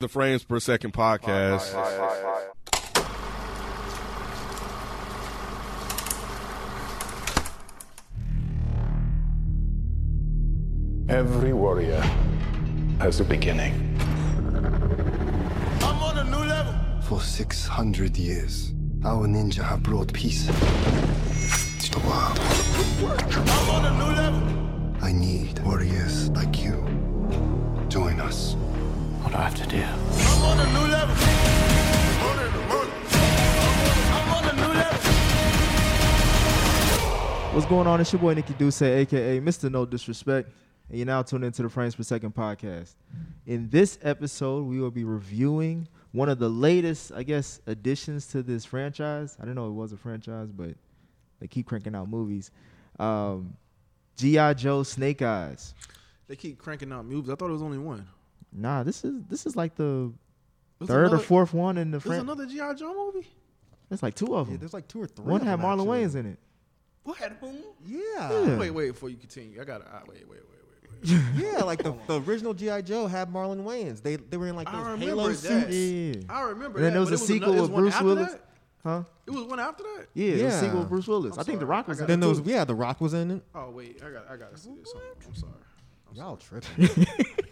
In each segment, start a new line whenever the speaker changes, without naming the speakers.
The Frames Per Second podcast.
Every warrior has a beginning.
I'm on a new level.
For 600 years, our ninja have brought peace to the world.
I'm on a new level.
I need warriors like you. Join us.
What do I have to do?
I'm on a new level. I'm on a new level.
What's going on? It's your boy Nikki Duce, aka Mr. No Disrespect, and you're now tuned into the Frames Per Second podcast. In this episode, we will be reviewing one of the latest, I guess, additions to this franchise. I didn't know it was a franchise, but they keep cranking out movies. Um, G.I. Joe Snake Eyes.
They keep cranking out movies. I thought it was only one.
Nah, this is this is like the
There's
third
another-
or fourth one in the
There's
franchise.
another G.I. Joe movie?
There's like two of them.
There's like two or three.
one
of
had
them,
Marlon
actually.
Wayans in it.
What? Who?
Yeah.
Wait, wait, before you continue. I got to. Wait, wait, wait, wait. wait.
Yeah, like the, the original G.I. Joe had Marlon Wayans. They they were in like
I
those
remember
Halo
that.
suits.
Yeah.
I remember
And then
that.
there was
but
a
it
sequel
ano- it
with
one
Bruce
after
Willis.
that?
Huh?
It was one after that?
Yeah, The
Yeah.
sequel with Bruce Willis. i think The Rock was in it.
Then
too.
those yeah, The Rock was in it.
Oh, wait. I got I gotta see this. somewhere. I'm sorry.
Y'all tripping.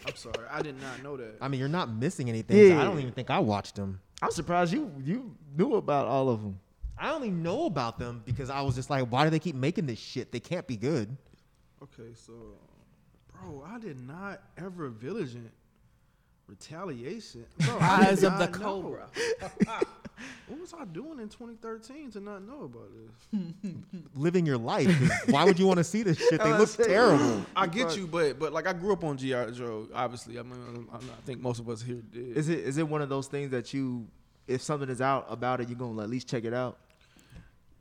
I'm sorry. I did not know that.
I mean, you're not missing anything.
Yeah.
I don't even think I watched them.
I'm surprised you you knew about all of them.
I only know about them because I was just like, why do they keep making this shit? They can't be good.
Okay, so. Bro, I did not ever Vigilant retaliation. Bro, I did
Rise of the
not know.
Cobra.
What was I doing in 2013 to not know about this?
Living your life. 'cause why would you want to see this shit? They look terrible.
I get you, but but like I grew up on GI Joe. Obviously, I mean, I, I think most of us here did.
Is it is it one of those things that you if something is out about it, you're gonna at least check it out?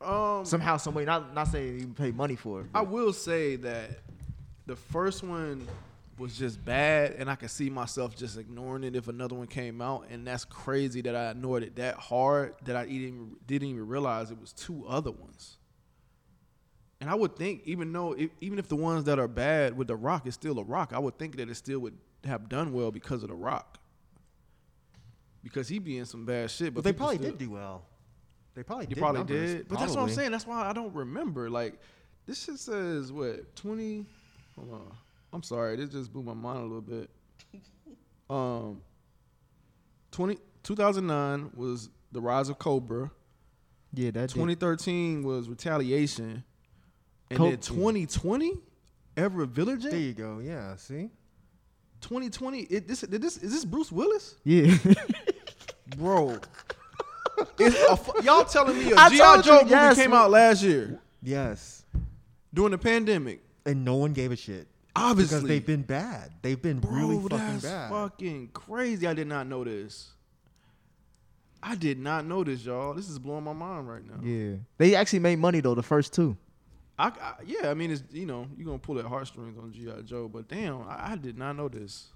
um,
Somehow, someway, not not saying you pay money for it.
I
but-
will say that the first one was just bad, and I could see myself just ignoring it if another one came out, and that's crazy that I ignored it that hard that I even didn't even realize it was two other ones. And I would think, even though, if, even if the ones that are bad with the Rock is still a Rock, I would think that it still would have done well because of the Rock, because he be in some bad shit. But
But they
people
probably
still-
did do well. They probably
you
did
probably
numbers,
did. But that's what I'm
probably.
saying. That's why I don't remember. Like, this shit says what twenty? Hold on. I'm sorry. This just blew my mind a little bit. Um, 20, 2009 was the rise of Cobra.
yeah, that did-
2013 was Retaliation, and
Col-
then 2020, Ever Villager.
There you go. Yeah. See.
2020. It, this, did this is this Bruce Willis,
Yeah,
bro. it's a fu- y'all telling me a
I
GI
told you,
Joe movie
yes.
came out last year
Yes.
during the pandemic.
And no one gave a shit.
Obviously,
because they've been bad. They've been
Bro,
really fucking
that's
bad.
fucking crazy. I did not know this. I did not know this, y'all. This is blowing my mind right now.
yeah. They actually made money though. The first two.
I, I- yeah, I mean, it's you know, you're gonna pull at heartstrings on GI Joe, but damn, I, I did not know this.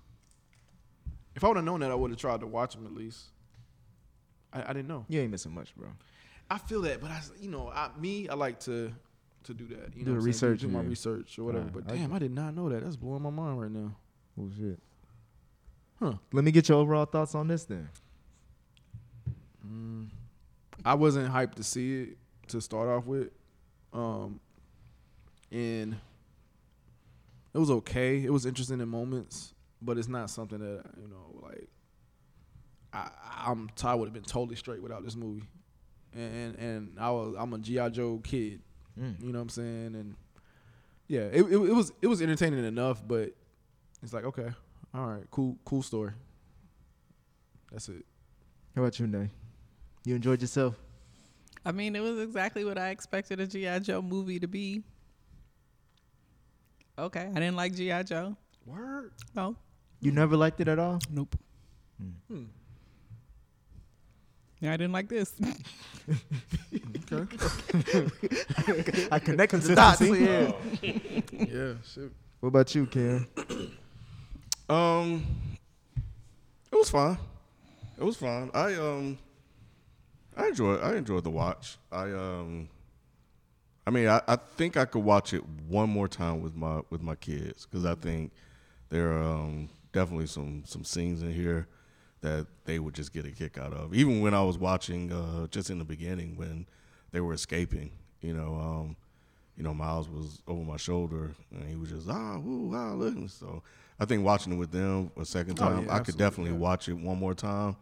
If I would have known that, I would have tried to watch him at least. I, I didn't know.
You ain't missing much, bro.
I feel that, but I, s- you know, I, me, I like to to do that. You
Do
know,
the
what I'm saying?
research,
do, do my
yeah.
research or whatever.
Nah,
but
I-
damn, I did not know that. That's blowing my mind right now.
Oh shit.
Huh.
Let me get your overall thoughts on this then.
I wasn't hyped to see it to start off with. Um and it was okay. It was interesting in moments, but it's not something that, you know, like I I'm I would have been totally straight without this movie. And and, and I was I'm a G.I. Joe kid. You know what I'm saying? And yeah, it, it it was it was entertaining enough, but it's like, okay, all right, cool, cool story. That's it.
How about you, Nay? You enjoyed yourself?
I mean, it was exactly what I expected a G.I. Joe movie to be. Okay. I didn't like G.I. Joe.
Word.
No.
You never liked it at all?
Nope. Yeah, I didn't like this.
I connected the dots.
Consistency.
Yeah.
Yeah, shit.
What about you, Cam?
Um, it was fine. It was fine. I um, I enjoyed. I enjoyed the watch. I um, I mean, I, I think I could watch it one more time with my with my kids because I think there are um, definitely some some scenes in here that they would just get a kick out of. Even when I was watching, uh, just in the beginning when they were escaping, you know, um, you know, Miles was over my shoulder and he was just ah, woo, ah, looking. So I think watching it with them a second
Oh, yeah,
time, I could
absolutely,
definitely
yeah. Mm-hmm.
watch it one more time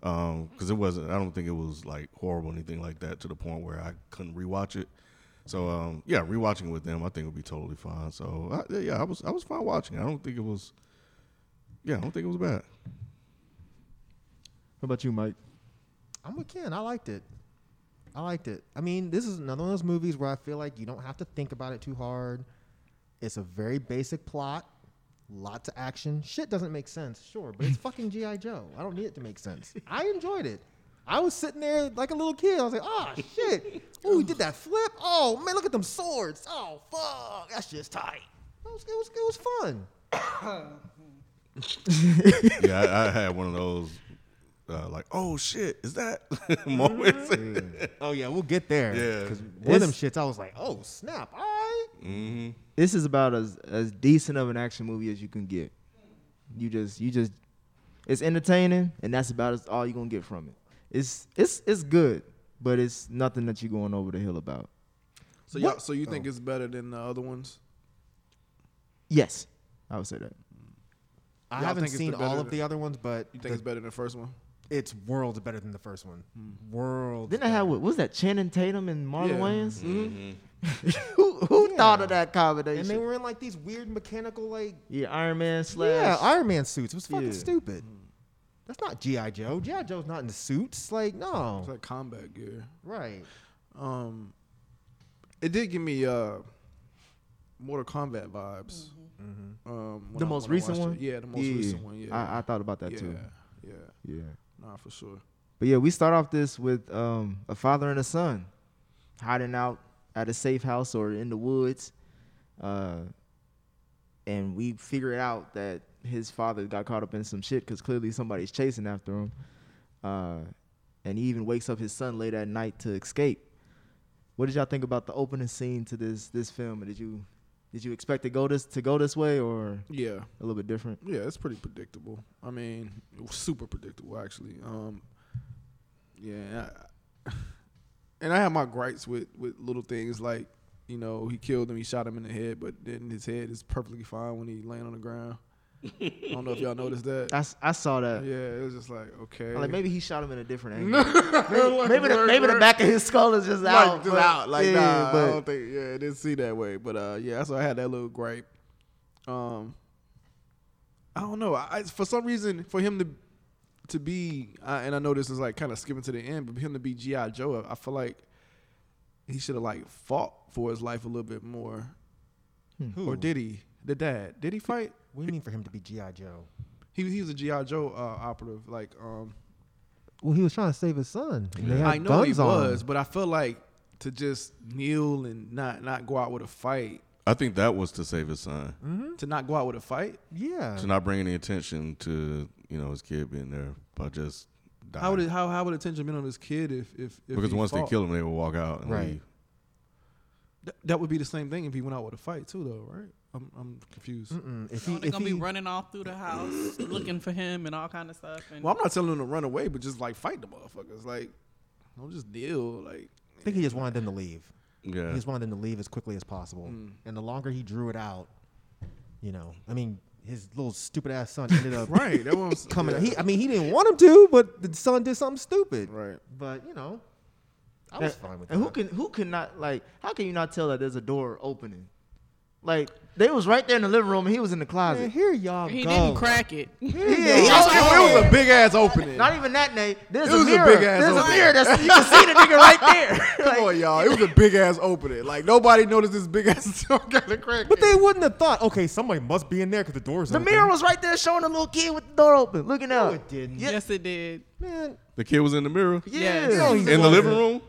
because it wasn't. I don't think it was like horrible or anything like that to the point where I couldn't rewatch it. So um, yeah, rewatching it with them, I think would be totally fine. So I, yeah, I was I was fine watching. it. I don't think it was. Yeah, I don't think it was bad.
What about you, Mike?
I'm with Ken. I liked it. I liked it. I mean, this is another one of those movies where I feel like you don't have to think about it too hard. It's a very basic plot, lots of action. Shit doesn't make sense, sure, but it's fucking G.I. Joe. I don't need it to make sense. I enjoyed it. I was sitting there like a little kid. I was like, oh, shit. Ooh, he did that flip. Oh, man, look at them swords. Oh, fuck. That's just tight. It was, it was, it was fun.
yeah, I, I had one of those uh, like, oh shit, is that moments?
Mm-hmm.
Oh, yeah, we'll get there.
Yeah.
Because one of them
It's-
shits, I was like, oh, snap. All right.
This is about as as decent of an action movie as you can get. You just you just it's entertaining, and that's about as all you're gonna get from it. It's it's it's good, but it's nothing that you're going over the hill about.
So you so you think it's better than the other ones?
Yes, I would say that.
I
Y'all
haven't
think it's
seen
the better
all of
than-
the other ones, but
You think
the-
it's better than the first one?
it's worlds better than the first one.
Hmm.
Worlds.
Then I had what was that Channing Tatum and Marlon
Yeah. Mm-hmm.
Wayans? who who thought of that combination?
and they were in like these weird mechanical like
yeah, Iron Man
yeah
slash
Iron Man suits. It was fucking
Yeah.
stupid.
Hmm.
That's not GI Joe. GI Joe's not in suits. Like no,
It's like combat gear.
right?
Um, it did give me uh, Mortal Kombat vibes. Um, when
the
I-
most
when I
recent
watched
one.
it. Yeah, the most recent one. Yeah,
Mm-hmm. I, I thought about that
yeah,
too.
yeah.
Yeah.
Nah, for sure.
But yeah, we start off this with um, a father and a son hiding out at a safe house or in the woods. Uh, and we figure out that his father got caught up in some shit because clearly somebody's chasing after him. Uh, and he even wakes up his son late at night to escape. What did y'all think about the opening scene to this this film? Did you did you expect to go this to go this way or
Yeah,
a little bit different?
yeah. It's pretty predictable. I mean, it was super predictable actually. Um, yeah, and I- and I have my gripes with with little things like you know he killed him, he shot him in the head, but then his head is perfectly fine when he laying on the ground. I don't know if y'all noticed that.
I, s- I saw that.
Yeah, it was just like okay.
Like maybe he shot him in a different angle.
Like,
Maybe the,
word,
maybe the
word.
back of his skull is just out.
like, just
but-
out. Like,
yeah,
nah, I
but
don't think, yeah, it didn't see that way. But uh, yeah, so I had that little gripe. Um, I don't know. I, I- for some reason, for him to to be, I, and I know this is like kind of skipping to the end, but for him to be GI Joe, I, I feel like he should have like fought for his life a little bit more.
Hmm.
Or did he? The dad? Did he fight?
What do you mean for him to be GI Joe?
He he was a GI Joe uh, operative. Like, um,
Well, he was trying to save his son. and they had
I know he
guns on him.
was, but I feel like to just kneel and not not go out with a fight.
I think that was to save his son,
to not go out with a fight.
Yeah.
to not bring any attention to you know his kid being there by just dying.
How would it, how how would attention been on this kid if if, if
because
he
once
fought?
they kill him, they would walk out and
Right.
leave.
Th- that would be the same thing if he went out with a fight too, though, right? I'm I'm confused.
Mm, If he,
They're
if
gonna
he-
be running all through the house looking for him and all kind of stuff. And
Well, I'm not telling him to run away, but just like fight the motherfuckers, like don't just deal. Like
I think he just wanted them to leave. He
Yeah,
just wanted them to leave as quickly as possible. And the longer he drew it out, you know, I mean, his little stupid ass son ended up
right, that was
coming. He, I mean, he didn't want him to, but the son did something stupid.
right.
But you know, I was fine with that.
and who can who can not like? How can you not tell that there's a door opening? Like they was right there in the living room and he was in the closet.
Man, here y'all
he
go.
didn't crack it.
Yeah, he
Oh,
was-
it was a big ass opening.
not even that, Nate. There's
It was
a
a
mirror.
big ass
there's a
opening.
mirror. That's you can see the nigga right there.
Come on, y'all. It was a big ass opening. Like nobody noticed this big ass kind of crack.
But they wouldn't have thought. Okay, somebody must be in there because the door's
the
open.
mirror was right there showing the little kid with the door open, looking out.
it didn't.
Yeah,
Yes, it did.
man.
the kid was in the mirror
yeah.
he
Yes.
in the
wasn't.
living room.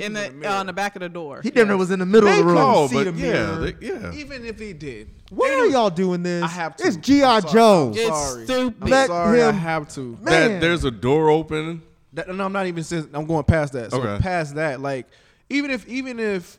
In the, on the back of the door.
He damn near was in the middle
They
of the room.
called,
see
but
the
yeah,
mirror.
they, yeah.
even if he did,
Why are y'all doing this?
I have to.
It's GI
I'm sorry.
Joe.
It's
sorry.
stupid.
I'm
Let
sorry, I
him-
have to.
Man.
That there's a door open.
That, no, I'm not even. Since I'm going past that. So
Okay.
past that, like even if even if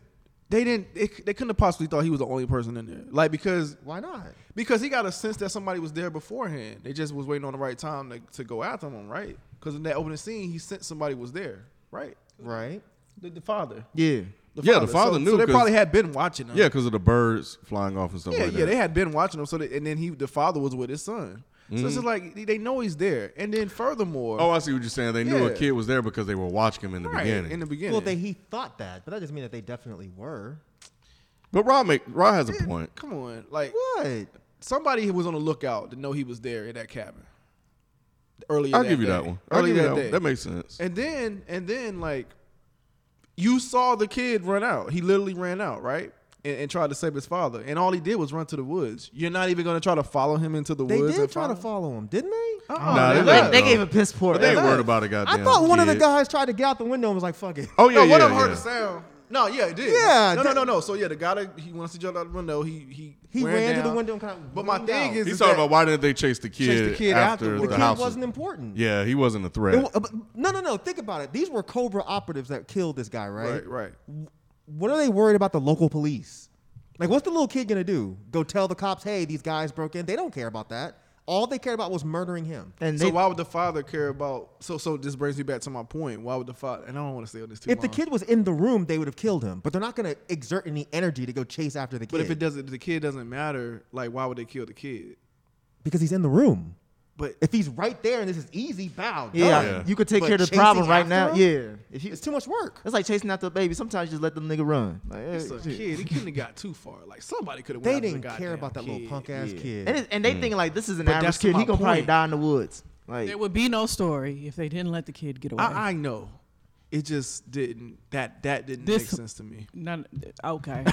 they didn't, they, c- they couldn't have possibly thought he was the only person in there. Like because
Why not?
Because he got a sense that somebody was there beforehand. They just was waiting on the right time to, to go after him, right? Because in that opening scene, he sensed somebody was there, right?
right?
The, the father.
Yeah.
Yeah, the father
So-
knew
So they
'cause-
probably had been watching him.
Yeah, because of the birds flying off and stuff
Yeah,
like
yeah,
that.
they had been watching him. So they, and then he, the father, was with his son. So it's just like they- they know he's there. And then furthermore,
Mm-hmm. oh, I see what you're saying. They knew a
Yeah.
kid was there because they were watching him in the
right,
beginning.
in the beginning,
Well, they he thought that, but that doesn't mean that they definitely were.
but Rod make Rod has a point.
come on, like
What?
somebody was on the lookout to know he was there in that cabin earlier.
I'll
that
give you
day.
that one. I'll
Earlier
give you that
day.
one. That makes sense.
And then and then like you saw the kid run out. He literally ran out, right? And, and tried to save his father. And all he did was run to the woods. You're not even gonna try to follow him into the
They
woods.
did
and
try to follow him, didn't they?
Uh-uh,
Nah,
they
they didn't.
left.
They gave a piss poor.
But they ain't
Yeah.
worried about a goddamn
I thought one of the
kid.
guys tried to get out the window and was like, "Fuck it."
Oh yeah,
no,
yeah,
one of them
yeah.
heard the sound. No, yeah, it did.
Yeah,
no,
that-
no, no, no. So yeah, the guy that he wants to jump out the window, he he
He ran to the
down.
window and kinda
But my
leaned
thing
out.
is,
He's
is
talking
that-
about why didn't they chase the kid,
Chase the kid
after
afterwards.
the,
The kid
house?
wasn't important.
yeah, he wasn't a threat.
It wa- uh, but- no, no, no. Think about it. These were Cobra operatives that killed this guy, right?
right, right.
What are they worried about the local police? Like, what's the little kid gonna do? Go tell the cops, "Hey, these guys broke in." They don't care about that. All they cared about was murdering him.
And
So
they,
why would the father care about? So so this brings me back to my point. Why would the father? And I don't want to stay on this too
If the
long.
kid was in the room, they would have killed him. But they're not gonna exert any energy to go chase after the kid.
but if it doesn't, if the kid doesn't matter. Like why would they kill the kid?
because he's in the room.
But
If he's right there and this is easy, bow.
yeah,
done.
Yeah.
you could take
But
care of the
chasing
problem right now.
after
Yeah.
him?
If you,
It's too much work.
it's like chasing after a baby. Sometimes you just let them nigga run. Like, eh,
it's a
shit.
kid. He couldn't have got too far. Like somebody could have.
They didn't care about that little punk ass kid.
And, it's, and they thinking like this is an
But
average
that's
kid.
my
He gonna probably
point.
die in the woods. Like
There would be no story if they didn't let the kid get away.
I, I know. It just didn't. That that didn't
This-
make sense to me.
None, okay.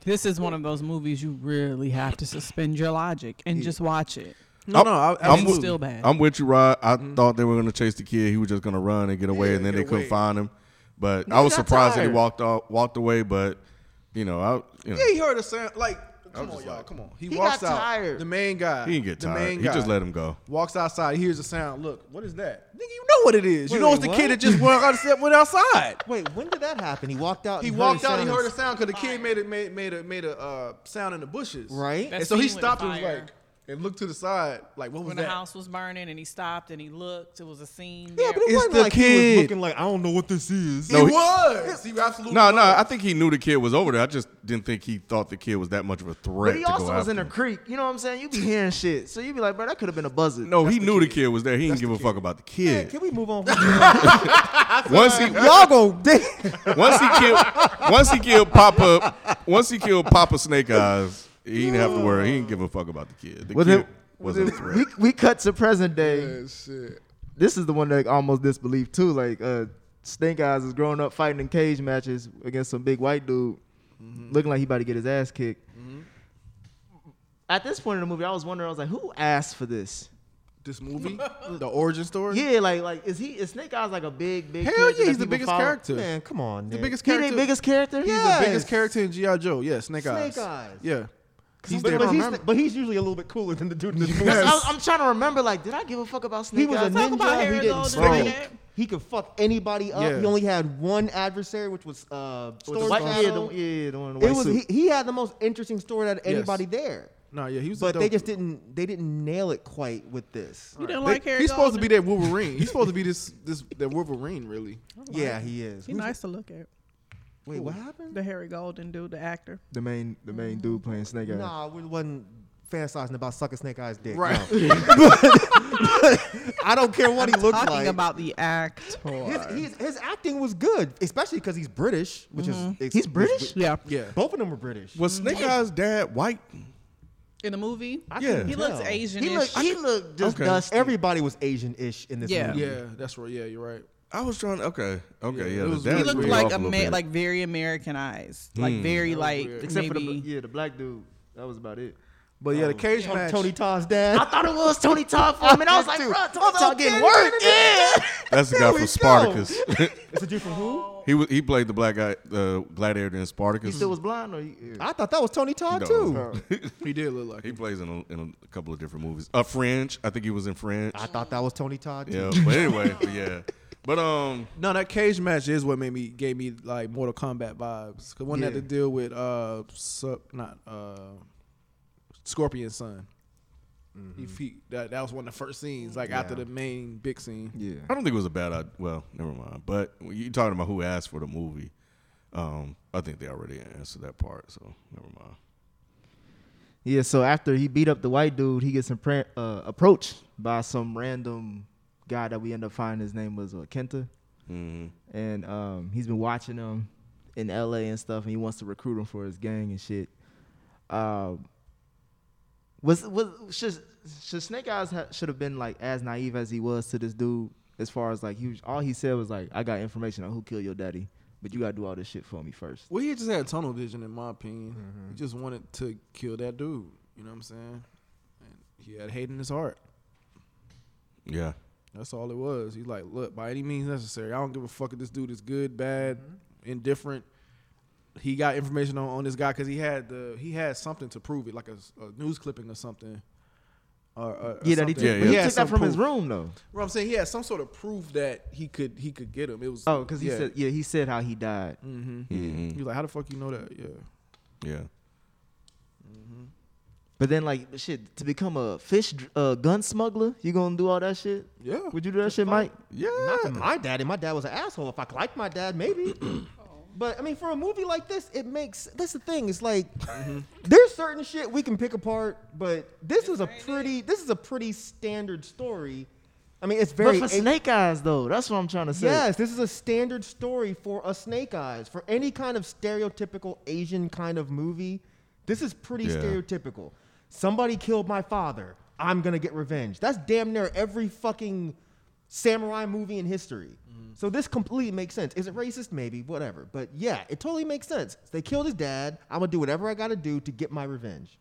this is one of those movies you really have to suspend your logic and just watch it.
No, no. I, I
I'm
was-
with- still bad.
I'm with you, Rod. I thought they were gonna chase the kid. He was just gonna run and get away,
Yeah,
and then
get
they couldn't
away.
find him. But I was
got
surprised that he
tired.
walked off, walked away. But you know, I you know,
Yeah, he heard a sound. Like, come on,
just
y'all,
like-
come on. He,
He
walks
got
out.
tired.
The main guy.
he didn't get
the
tired.
main
He
guy
just let him go.
Walks outside. He hears a sound. Look, what is that? Nigga, you know what it is. you know
wait,
it's the
what?
kid that just went outside. Went outside.
Wait, when did that happen? He walked out.
He
and
walked
heard
out. He
sound
heard a
and-
sound because the kid made it made made a made a uh, sound in the bushes.
Right.
And
That
so he
scene with the
stopped and was
fire.
like, and looked to the side, like, what was
When
that?
the house was burning and he stopped and he looked, it was a scene.
Yeah,
there.
but it
It's
wasn't
the
like he
kid.
was looking like I don't know what this is.
He
No, he-
was. He absolutely.
No,
was.
no, I think he knew the kid was over there. I just didn't think he thought the kid was that much of a threat.
But he
to
also
go
was
after
in a
him.
creek. You know what I'm saying? You be hearing shit. So you be like, bro, that could have been a buzzard.
No, he knew the kid was there. He didn't give a fuck about the
Man,
kid.
Can we move on?
once he
Y'all go.
once he killed once he killed Papa once he killed Papa Snake Eyes, he didn't have to worry. He didn't give a fuck about the kid. The
Was
kid
it-
was a threat.
we, we cut to present day. This is the one that almost disbelieved too. Like uh, Stink Eyes is growing up fighting in cage matches against some big white dude,
Mm-hmm.
looking like he about to get his ass kicked. At this point in the movie, I was wondering, I was like, who asked for this?
This movie, the origin story.
Yeah, like like is he is Snake Eyes like a big big?
Hell
character
yeah,
that
he's the
people
biggest
follow?
character.
Man, come on.
The
Nick.
biggest
He
character.
the biggest character.
He's
yeah.
the biggest
Yes.
character in GI Joe. Yeah, Snake, Eyes.
Snake Eyes.
Yeah, he's
But,
there.
but he's
remember.
but he's usually a little bit cooler than the dude in this movie.
That's- I, am trying to remember. Like, did I give a fuck about Snake
He was a
Eyes?
Talk about
ninja. He
Harry
didn't
Golden
smoke.
Snake.
He could fuck anybody up.
Yeah.
He only had one adversary, which was uh, Storm
White- yeah,
Shadow.
the, yeah, the one in the
It
white
was
suit.
he, he had the most interesting story out of anybody there.
no, yeah, he was. a
But they
dope-
just didn't they didn't nail it quite with this.
You didn't
They-
like Harry
he's supposed to be
Goldman?
that Wolverine. He's supposed to be this this that Wolverine, really.
Yeah, he is.
He
Who's-
nice to look at.
Wait, what happened?
The Harry Golden dude, the actor.
the main the main dude playing Snake Eyes.
Nah, we wasn't fantasizing about sucking Snake Eyes dick.
Right.
no. I don't care what he looks
Talking
like.
about the actor.
his, his, his acting was good, especially because he's British, which is ex-
He's British?
Yeah.
Yeah.
Both of them were British.
Was Snake Eyes' dad white?
In the movie,
Yeah.
he looks
tell.
Asian.
He looked he looked just
Okay.
dusty.
Everybody was Asian-ish in this
Yeah.
movie.
Yeah, that's right. Yeah, you're right.
I was trying. Okay,
Yeah,
okay,
it
yeah.
was-
the dad
he
he
That's
looked
threw me
like
off a
a
little
ma-
bit.
like very Americanized, like very like
weird.
except for the
maybe-
bl- yeah the black dude. That was about it.
But yeah, the cage
I'm
match.
Tony Todd's dad.
I thought it was Tony Todd for a minute. I was like, bro, Tony Todd getting worked. Yeah.
That's the guy
There we
from
go.
Spartacus.
It's a dude from who?
he was, he played the black guy, the gladiator in
He
Spartacus.
still was blind or he, yeah.
I thought that was Tony Todd
No.
too.
He did look like
He
him.
plays in a, in a couple of different movies. A Fringe, I think he was in Fringe.
I thought that was Tony Todd too.
Yeah, but anyway, but yeah. But um,
No, that cage match is what made me gave me like Mortal Kombat vibes. Cause one had
Yeah.
to deal with uh, sub, not uh, Scorpion's son. He, he that that was one of the first scenes, like after the main big scene.
Yeah.
I don't think it was a bad idea. Well, never mind. But when you're talking about who asked for the movie, um, I think they already answered that part, so never mind.
Yeah, so after he beat up the white dude, he gets impre- uh, approached by some random guy that we end up finding his name was uh, Kenta.
Mm-hmm.
And um, he's been watching him in LA and stuff, and he wants to recruit him for his gang and shit. Um, was was should, should Snake Eyes ha- should have been like as naive as he was to this dude as far as like he was, all he said was like I got information on who killed your daddy, but you gotta do all this shit for me first.
Well, he just had tunnel vision, in my opinion. He just wanted to kill that dude. You know what I'm saying? And he had hate in his heart.
Yeah.
That's all it was. He's like, look, by any means necessary. I don't give a fuck if this dude is good, bad, indifferent. He got information on, on this guy because he had the he had something to prove it, like a, s- a news clipping or something. Or, or- or
Yeah, that he
something.
took,
Yeah,
but
yeah.
he
had
took
some
that from his
proof.
room though.
Well, I'm saying he had some sort of proof that he could he could get him. It was
Oh, because he
yeah. Mm-hmm.
said yeah, he said how he died.
Mm.
Mhm.
he was like, how the fuck you know that? Yeah,
Yeah.
But then like shit to become a fish dr- uh, gun smuggler, you gonna do all that shit?
yeah.
Would you do that shit, Mike?
Yeah.
Not to my daddy. My dad was an asshole. If I liked my dad, maybe.
Oh.
But I mean, for a movie like this, it makes. That's the thing. It's like
Mm-hmm.
there's certain shit we can pick apart, but this is a pretty. This is a pretty standard story. I mean, it's very.
but for Snake Eyes though, that's what I'm trying to say.
Yes, this is a standard story for a Snake Eyes. For any kind of stereotypical Asian kind of movie, this is pretty
Yeah.
stereotypical. Somebody killed my father. I'm gonna get revenge. That's damn near every fucking samurai movie in history.
Mm-hmm.
So this completely makes sense. Is it racist? Maybe, whatever. But yeah, it totally makes sense. They killed his dad. I'm gonna do whatever I gotta do to get my revenge.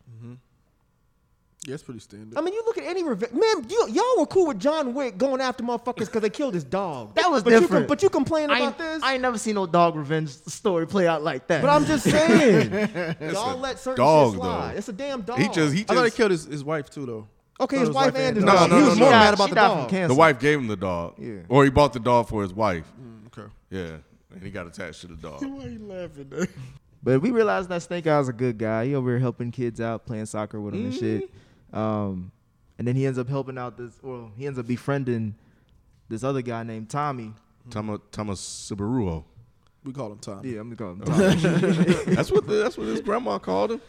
Yeah, it's pretty standard.
I mean, you look at any revenge. Man, you, y'all were cool with John Wick going after motherfuckers because they killed his dog.
That was
but You, com-
different.
but you complain
I,
about
ain't-
this?
I ain't never seen no dog revenge story play out like that.
But I'm just saying, y'all let certain
dog,
shit slide.
though.
It's a damn dog.
He just he
Oh. I thought he
just
killed his, his wife too, though.
okay,
Thought
his wife and his
No,
dog.
no,
he
no,
was
no,
more
no.
mad about
she
the
died from
dog.
cancer.
the wife gave him the dog.
Yeah.
Or he bought the dog for his wife.
Okay.
Yeah. And he got attached to the dog.
Why are you laughing?
But we realized that Snake Eye's a good guy. He over here helping kids out, playing soccer with them and shit.
Mm-hmm.
Um, and then he ends up helping out this, well, he ends up befriending this other guy named Tommy.
Tama Tama Subaruo.
we call him Tommy.
Yeah, I'm gonna call him Tommy.
That's what the, that's what his grandma called him.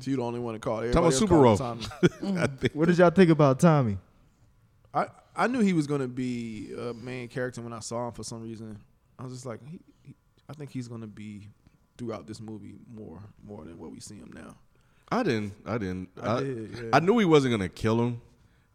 So you the only one to call.
Tama
Everybody else
Subaruo.
call him Tommy.
I think.
what did y'all think about Tommy?
I I knew he was gonna be a main character when I saw him for some reason. I was just like, he, he, I think he's gonna be throughout this movie more more than what we see him now.
I didn't. I didn't. I,
did, yeah.
I knew he wasn't gonna kill him.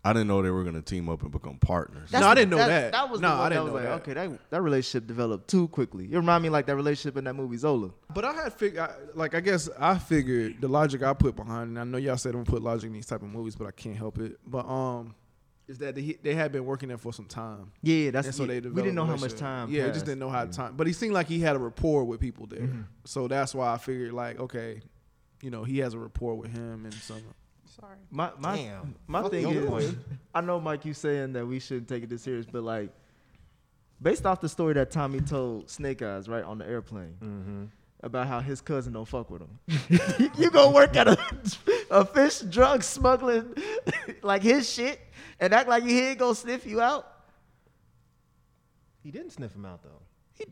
I didn't know they were gonna team up and become partners.
That's- No, I didn't know that.
That was
No,
the one
I didn't
that was
know
like,
that.
okay, that, that relationship developed too quickly. You remind me like that relationship in that movie Zola.
But I had fig- I, like I guess I figured the logic I put behind, and I know y'all said don't put logic in these type of movies, but I can't help it. But um, is that they they had been working there for some time.
Yeah, that's
and so
yeah,
they
we
developed
didn't know how much
relationship.
time.
Yeah, we
passed. Mm-hmm.
just didn't know how time. But he seemed like he had a rapport with people there, so that's why I figured like, okay, you know, he has a rapport with him and some.
Sorry.
My my
Damn.
my
Fuck
thing
your
is,
point.
I know Mike, you saying that we shouldn't take it this serious, but like, based off the story that Tommy told Snake Eyes right on the airplane
Mm-hmm.
about how his cousin don't fuck with him, you gonna work at a a fish drug smuggling like his shit and act like he ain't gonna sniff you out.
He didn't sniff him out though.
He,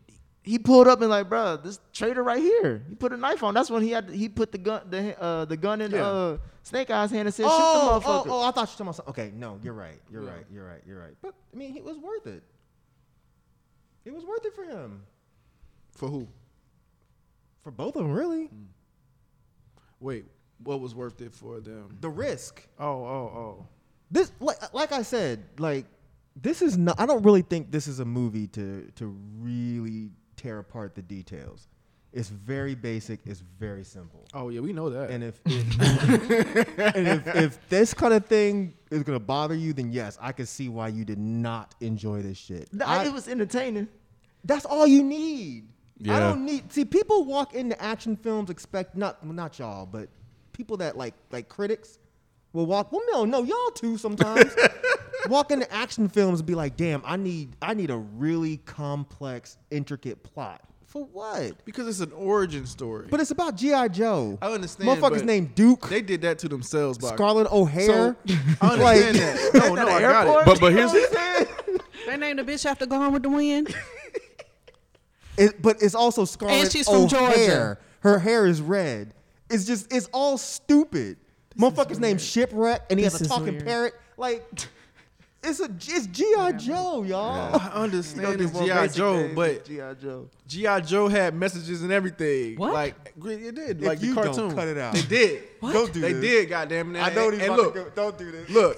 he pulled up and like, bruh, this traitor right here. He put a knife on. That's when he had he put the gun the uh, the gun in
Yeah.
uh, Snake Eyes' hand and said,
Oh,
shoot the
oh,
motherfucker.
oh, I thought you were talking about something. Okay, no, you're right. You're right. You're right. You're right. But I mean, it was worth it. It was worth it for him.
For who?
For both of them, really.
Hmm.
Wait, what was worth it for them?
The risk.
Oh, oh,
this like like I said, like this is not. I don't really think this is a movie to to really tear apart the details. It's very basic. It's very simple.
oh, oh, yeah, we know that.
And if, and if if this kind of thing is gonna bother you, then yes, I can see why you did not enjoy this shit.
No,
I-
it was entertaining.
that's all you need. I
Yeah.
don't need. See, people walk into action films expect not well, not y'all, but people that like like critics will walk. Well, no, no, y'all too sometimes. walk into action films and be like, "Damn, I need I need a really complex, intricate plot For what?
because it's an origin story.
But it's about G.I. Joe.
I understand,
Motherfucker's
but
named Duke.
they did that to themselves by
Scarlett O'Hare.
So, I understand that. No, no, I got it.
But but here's the
They named the bitch after Gone with the Wind.
It- but it's also Scarlett
And she's from Georgia.
O'Hare. Her hair is red. It's just it's all stupid. Motherfucker's named Shipwreck, and he
This
has a
is
talking
weird.
parrot. Like it's a it's G.I. Joe, y'all.
I understand it's G.I. Joe, but
GI Joe.
G.I. Joe had messages and everything.
What?
Like gr- it did. like
you
the
don't
cartoon.
cut it out.
They did.
What?
Go
Don't
do they did, goddamn it.
I know
and,
these
and
about
look,
to go- don't do this.
look,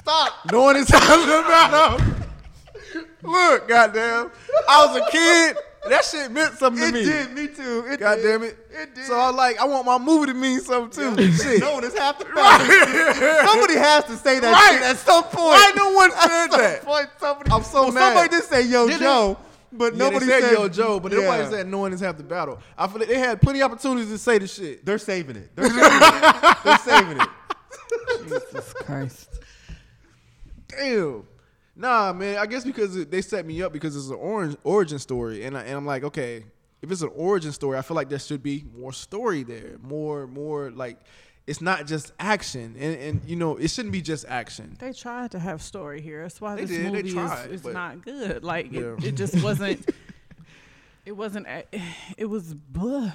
Stop.
knowing it's out of matter. Look, goddamn. I was a kid. That shit meant something
It
to me.
did, me too. It
God
did.
damn it.
It did.
So I was like, I want my movie to mean something too. Shit.
No, this half the battle. Somebody has to say that
Right.
shit at some point.
Why no one
At
said
some
that?
point, somebody,
I'm so
well,
mad.
Somebody did say Yo
Did they?
Joe, but
Yeah,
nobody
they said,
said,
Yo Joe, but
Yeah.
nobody said no one is half the battle. I feel like they had plenty of opportunities to say this shit.
They're saving it. They're saving it. They're saving it.
Jesus Christ.
Damn. Nah, man. I guess because it, they set me up because it's an orange, origin story, and I, and I'm like, okay, if it's an origin story, I feel like there should be more story there, more more like it's not just action, and and you know it shouldn't be just action.
They tried to have story here. That's why
They
this
did. They
movie
tried,
is,
but-
is not good. Like it,
Yeah.
it just wasn't. it wasn't. a- It was. Blah.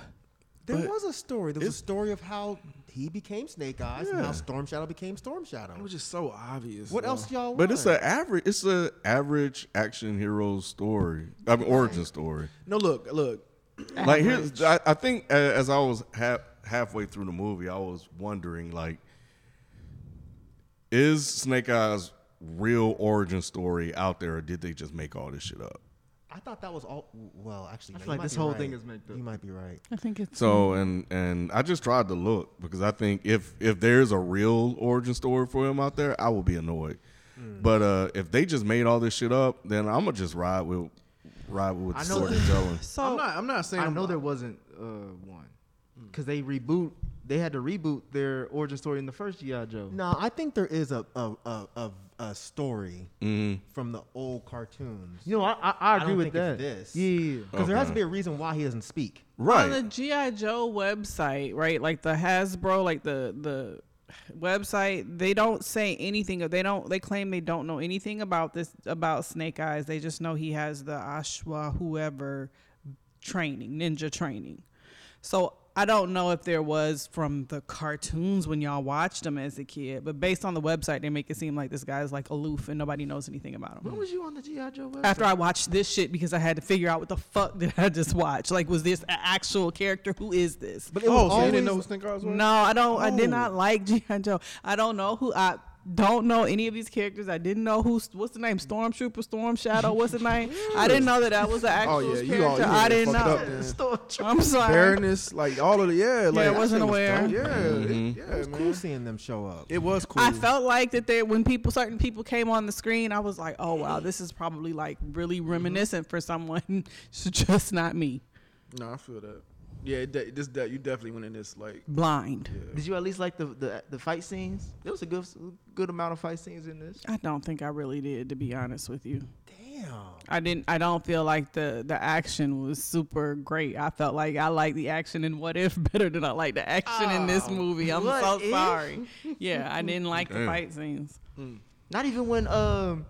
There
But
was a story. There was a story of how he became Snake Eyes and how Storm Shadow became Storm Shadow.
It was just so obvious.
What
though.
else y'all want?
But it's an average. It's an average action hero story. I mean, origin story.
No, look, look.
Like here's, I, I think uh, as I was half halfway through the movie, I was wondering like, is Snake Eyes real origin story out there, or did they just make all this shit up?
I thought that was all. Well, actually, I
feel like this whole thing is made up.
You might be right.
I think it's.
So and and I just tried to look because I think if if there's a real origin story for him out there, I will be annoyed.
Hmm.
But uh, if they just made all this shit up, then I'm gonna just ride with ride with the story they're telling.
So
I'm not. I'm not saying.
I
I'm
know there wasn't uh, one because they reboot. They had to reboot their origin story in the first GI Joe.
No, I think there is a a a, a, a story
Mm-hmm.
from the old cartoons.
You know, I I, I
I
agree
don't
with
think
that.
it's this.
Yeah, yeah, yeah.
Because there has to be a reason why he doesn't speak.
on the
Right.
GI Joe website, right? Like the Hasbro, like the the website, they don't say anything. They don't. They claim they don't know anything about this about Snake Eyes. They just know he has the Ashwa whoever training, ninja training. So I don't know if there was from the cartoons when y'all watched them as a kid, but based on the website, they make it seem like this guy is like aloof and nobody knows anything about him
When was you on the GI Joe? Website?
after I watched this shit because I had to figure out what the fuck did I just watch? Like, was this an actual character? Who is this?
But it was
oh, so you
always-
didn't know who Stink Eyes was? Oh.
No, I don't. I did not like G.I. Joe. I don't know who I. Don't know any of these characters. I didn't know who's what's the name Stormtrooper, Storm Shadow. What's the name? I didn't know that that was an actual
Oh yeah, you all.
character.
You
I
already
didn't
fucked
know.
up then.
I'm sorry.
Baroness, like all of the yeah, like
I wasn't
shit was
aware.
dope. Yeah, it- yeah,
It was
man.
cool seeing them show up.
It was cool.
I felt like that they when people certain people came on the screen, I was like, oh wow, this is probably like really reminiscent for someone. It's just not me.
No, I feel that. Yeah, it de- this de- you definitely went in this like
Blind.
Did you at least like the, the the fight scenes? There was a good good amount of fight scenes in this.
I don't think I really did, to be honest with you.
Damn.
I didn't. I don't feel like the the action was super great. I felt like I like the action in What If better than I like the action in this movie. I'm
What
so
If?
sorry. Yeah, I didn't like the fight scenes.
Not even when um,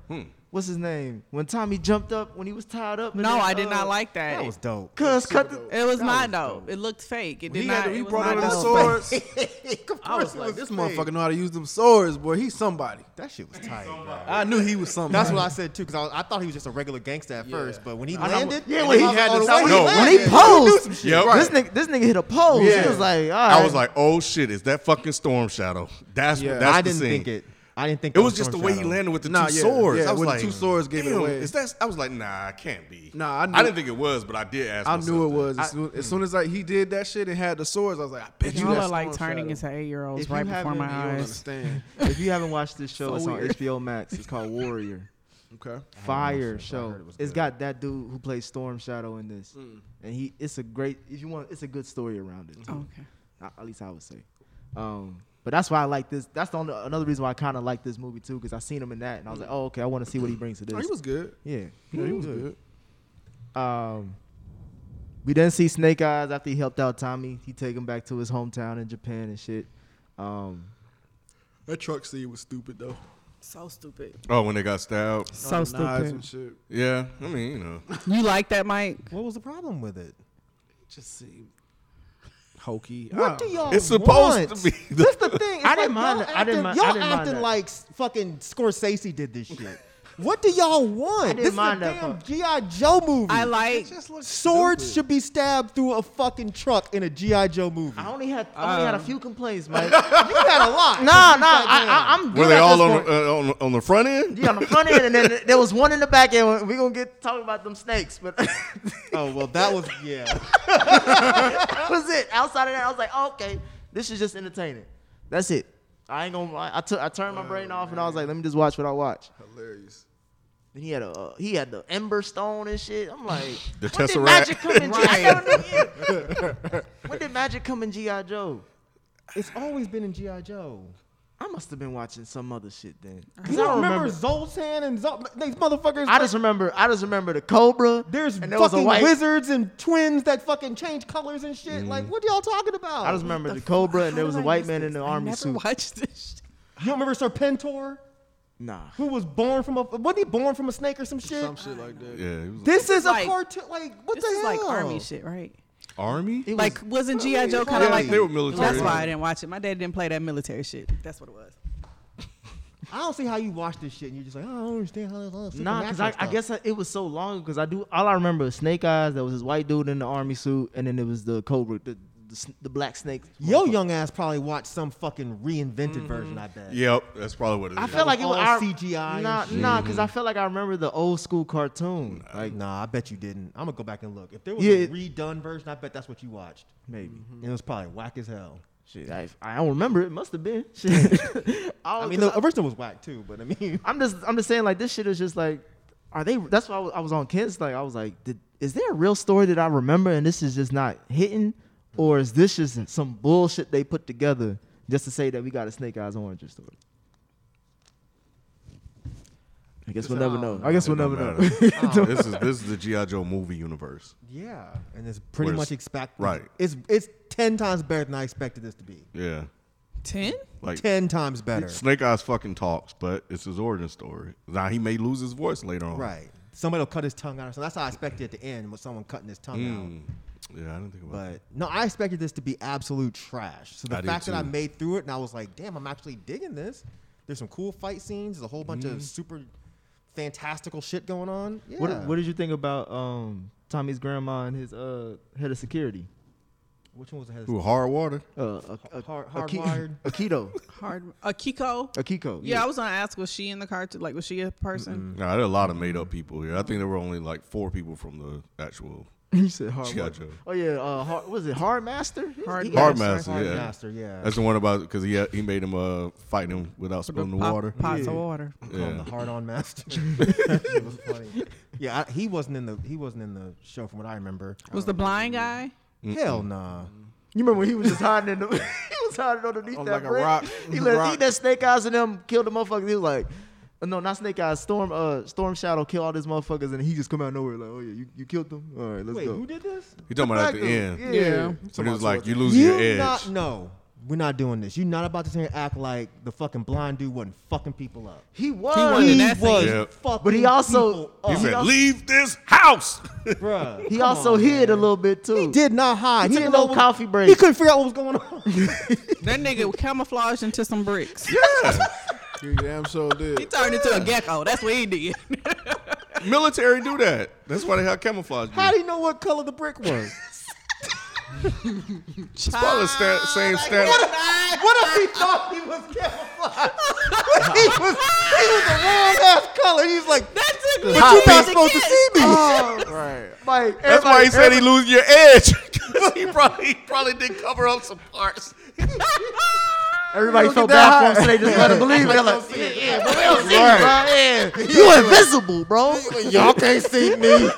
what's his name? When Tommy jumped up when he was tied up. and
No,
then,
I did
uh,
not like that.
That was dope.
Cuz cut the.
it was not dope. It looked fake. It did
he,
not.
had, he
it was
brought
not
out the
dope.
swords.
of
I was
it
like, this
fake.
motherfucker know how to use them swords, boy. He's somebody.
That shit was tight. bro.
I knew he was somebody.
That's what I said too, because I, I thought he was just a regular gangster at first, but when he landed,
yeah, when he
I was
had
like,
this-
oh,
No,
landed,
when
he posed.
do some shit.
Yep.
This nigga, this nigga hit a pose.
Yeah.
He was like, all right.
I was like, oh shit, is that fucking Storm Shadow? That's
Yeah.
that's
I
the
didn't
scene.
think it. I didn't think
It
that
was just the
Storm
way he
Shadow.
landed with the
Nah,
two
yeah,
swords.
yeah,
I was
with the
like,
two swords gave it
"Damn,
away."
Is that? I was like, nah, it can't be.
Nah, I knew-
didn't think it was, but I did ask.
I mm. knew it
myself that.
was. As soon as, soon as like he did that shit and had the swords, I was like, I bet you
Y'all are
that's
like
Storm
turning
Shadow.
into eight year olds
If you
right before
haven't-
my
you
I don't
eyes.
understand.
if you haven't watched this show, it's on
weird.
HBO Max. It's called Warrior.
okay.
Fire show. It has got that dude who plays Storm Shadow in this,
Mm.
and he. It's a great. If you want, it's a good story around it. too.
Okay.
I- At least I would say. Um, but that's why I like this. That's the only, another reason why I kind of like this movie too, because I seen him in that, and I was
Mm.
like, oh okay, I want to see what he brings to this.
Oh, he was good.
yeah,
Yeah, he was good.
Um, We didn't see Snake Eyes after he helped out Tommy. He take him back to his hometown in Japan and shit. Um,
That truck scene was stupid though.
So stupid.
Oh, when they got stabbed.
So
Knives and
stupid.
shit.
Yeah, I mean, you know.
You like that, Mike?
What was the problem with it?
Just seemed hokey. I
What do
don't
y'all
It's supposed
want?
to be the-
That's the thing. It's
I didn't
like
mind
y'all
that. I didn't
acting-
mind- I
Y'all
didn't mind
acting
that.
like fucking Scorsese did this shit. what do y'all want?
didn't
this
mind that part.
is a damn GI Joe movie.
I like.
Swords should be stabbed through a fucking truck in a GI Joe movie.
I only had I only
Um,
had a few complaints, Mike.
you got a lot.
Nah, nah, I, I, I'm good.
Were they
at
all
this
on
point.
the, uh, on, the- on the front end?
yeah, on the front end, and then there was one in the back end. We gonna get talking about them snakes, but that
Oh well, that was yeah.
was it. Outside of that, I was like, oh, okay, this is just entertaining. That's it. I ain't gonna. lie. I took. I turned my brain off, and I was like, let me just watch what I watch.
Hilarious.
And he had a. Uh, he had the Ember Stone and shit. I'm like,
The
when did
Tesseract.
magic come in? G- I never knew- yeah. when did magic come in GI Joe?
It's always been in GI Joe.
I must have been watching some other shit then. 'Cause
You
I
don't
don't
remember, Zoltan and Zol- these motherfuckers?
I just remember. I just remember the Cobra.
There's
and there was a
fucking
white-
wizards and twins that fucking change colors and shit. Like, what y'all talking about?
Mm. I just remember the, Cobra, and there was a
How did I
white
miss
man in
this?
the
I
army
never
suit.
watched this.
you don't remember Serpentor,
Nah.
who was born from a wasn't he born from a snake or some shit?
Some shit like that.
Yeah, it was
this is
Like-
a cartoon. Like, what
This
the
is
hell?
like army shit, right?
army.
It
Like, wasn't GI Joe kind
yeah,
of like?
they were military.
That's why I didn't watch it. My dad didn't play that military shit. That's what it was.
I don't see how you watch this shit and you're just like, oh, I don't understand how that's all
Nah, because I, I
supernatural
guess I, it was so long. Because I do all I remember is Snake Eyes. There was this white dude in the army suit, and then there was the Cobra, the the, s- the black snake.
stuff. your young ass probably watched some fucking reinvented version. I bet.
Yep, that's probably what it is.
I felt like it
was
was
all
I-
CGI and
Nah,
shit.
nah, because I felt like I remember the old school cartoon.
Like, nah, I bet you didn't. I'm gonna go back and look. If there was
Yeah.
a redone version, I bet that's what you watched.
Maybe.
And it was probably whack as hell.
Shit, I, I don't remember. It must have been. Shit.
Oh,
I
I
mean,
mean,
the original was whack too, but I mean,
I'm just I'm just saying like this shit is just like, are they? That's why I was, I was on Ken's. Like I was like, did, is there a real story that I remember and this is just not hitting, or is this just some bullshit they put together just to say that we got a Snake Eyes Orange story? I guess we'll never know. I guess
It
we'll never
don't matter.
know.
this is this is the GI Joe movie universe.
yeah, and it's pretty
Whereas-
much expect
right.
It's it's ten times better than I expected this to be.
Yeah,
Ten?
like
Ten times better.
Snake Eyes fucking talks, but it's his origin story. Now he may lose his voice later on.
Right. Somebody will cut his tongue out. So that's how I expected at the end with someone cutting his tongue
Mm.
out.
Hmm. Yeah, I didn't think about
But no, I expected this to be absolute trash. So the
I did
fact that I
too.
made through it and I was like, damn, I'm actually digging this. There's some cool fight scenes. There's a whole bunch
Mm-hmm.
of super fantastical shit going on. Yeah.
What What did you think about um Tommy's grandma and his uh head of security?
Which one was the head?
that. Ooh, hard water.
Uh, a, a,
Hard-
a, Ki-
hardwired.
a keto,
Hard. A Kiko.
a Kiko.
Yeah, I was gonna ask, was she in the cartoon? Like, was she a person?
Nah, there are a lot of made up people here. I think there were only like four people from the actual
you said hard.
GI
work.
Joe.
Oh yeah, uh, hard, what was it hard master?
Hard
He-
Hard
Master.
Master,
Hard
yeah.
Master, yeah.
That's the one about because he he made him uh fight him without spilling the
Pop-
water.
Pots of water.
Call him
Yeah.
the hard on master. It was funny. Yeah, I, he wasn't in the he wasn't in the show from what I remember.
Was the blind guy?
Hell nah.
You remember when he was just hiding in the he was hiding underneath
On
that
like a
brick.
rock.
He let he
Rock.
let Snake Eyes and them kill the motherfuckers. He was like, uh, no, not Snake Eyes. Storm uh Storm Shadow kill all these motherfuckers, and he just come out of nowhere like, oh yeah, you, you killed them. All right, let's
Wait,
go.
who did this?
He talking about at the
Black dude.
end.
Yeah.
When he was like, you lose
you
your edge.
not no. We're not doing this. You're not about to sit here and act like the fucking blind dude wasn't fucking people up.
He was.
wasn't in that
was
scene.
Yep.
fucking
But he also-
people
he
up,
said,
also-
"Leave this house."
bruh.
He also hid a little bit too.
He did not hide.
He
took
did
a
no
little-
coffee break.
He couldn't figure out what was going on.
That nigga camouflaged into some bricks.
You damn sure
He
did.
turned into a gecko. That's what he did.
Military do that. That's why they have camouflage.
How do you know what color the brick was?
It's probably the sta- same standard.
what if he thought he was camouflaged? What if he was he was the wrong ass color. He's like,
That took me.
but you
a
not
minute
supposed to
get-
see me.
Right.
Like,
That's why he
everybody-
said he lose your edge. 'Cause he probably he probably did cover up some parts.
Everybody felt bad for him, so they just let him believe. it. They're like, yeah, yeah, but we don't see you, bro. Yeah. You invisible, bro.
Y'all can't see me.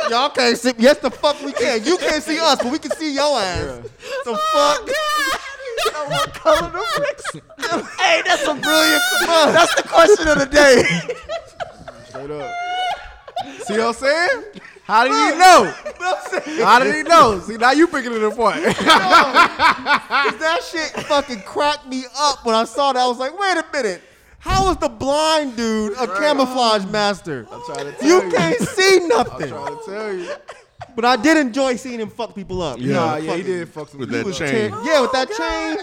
Y'all can't see. Yes, the fuck we can. You can't see us, but we can see your ass. So
Oh,
fuck.
color the bricks. hey, that's a brilliant. That's the question of the day.
Straight up. See what I'm saying?
How do you know?
How did he know? See, now you picking it apart.
that shit fucking cracked me up when I saw that. I was like, wait a minute. How is the blind dude a camouflage master?
I'm trying to tell
You
you.
can't see nothing.
trying to tell you.
But I did enjoy seeing him fuck people up.
Yeah.
Nah, yeah, he
Fucking-
did fuck some
with
people
that
up.
chain.
Yeah, with that
Oh,
chain.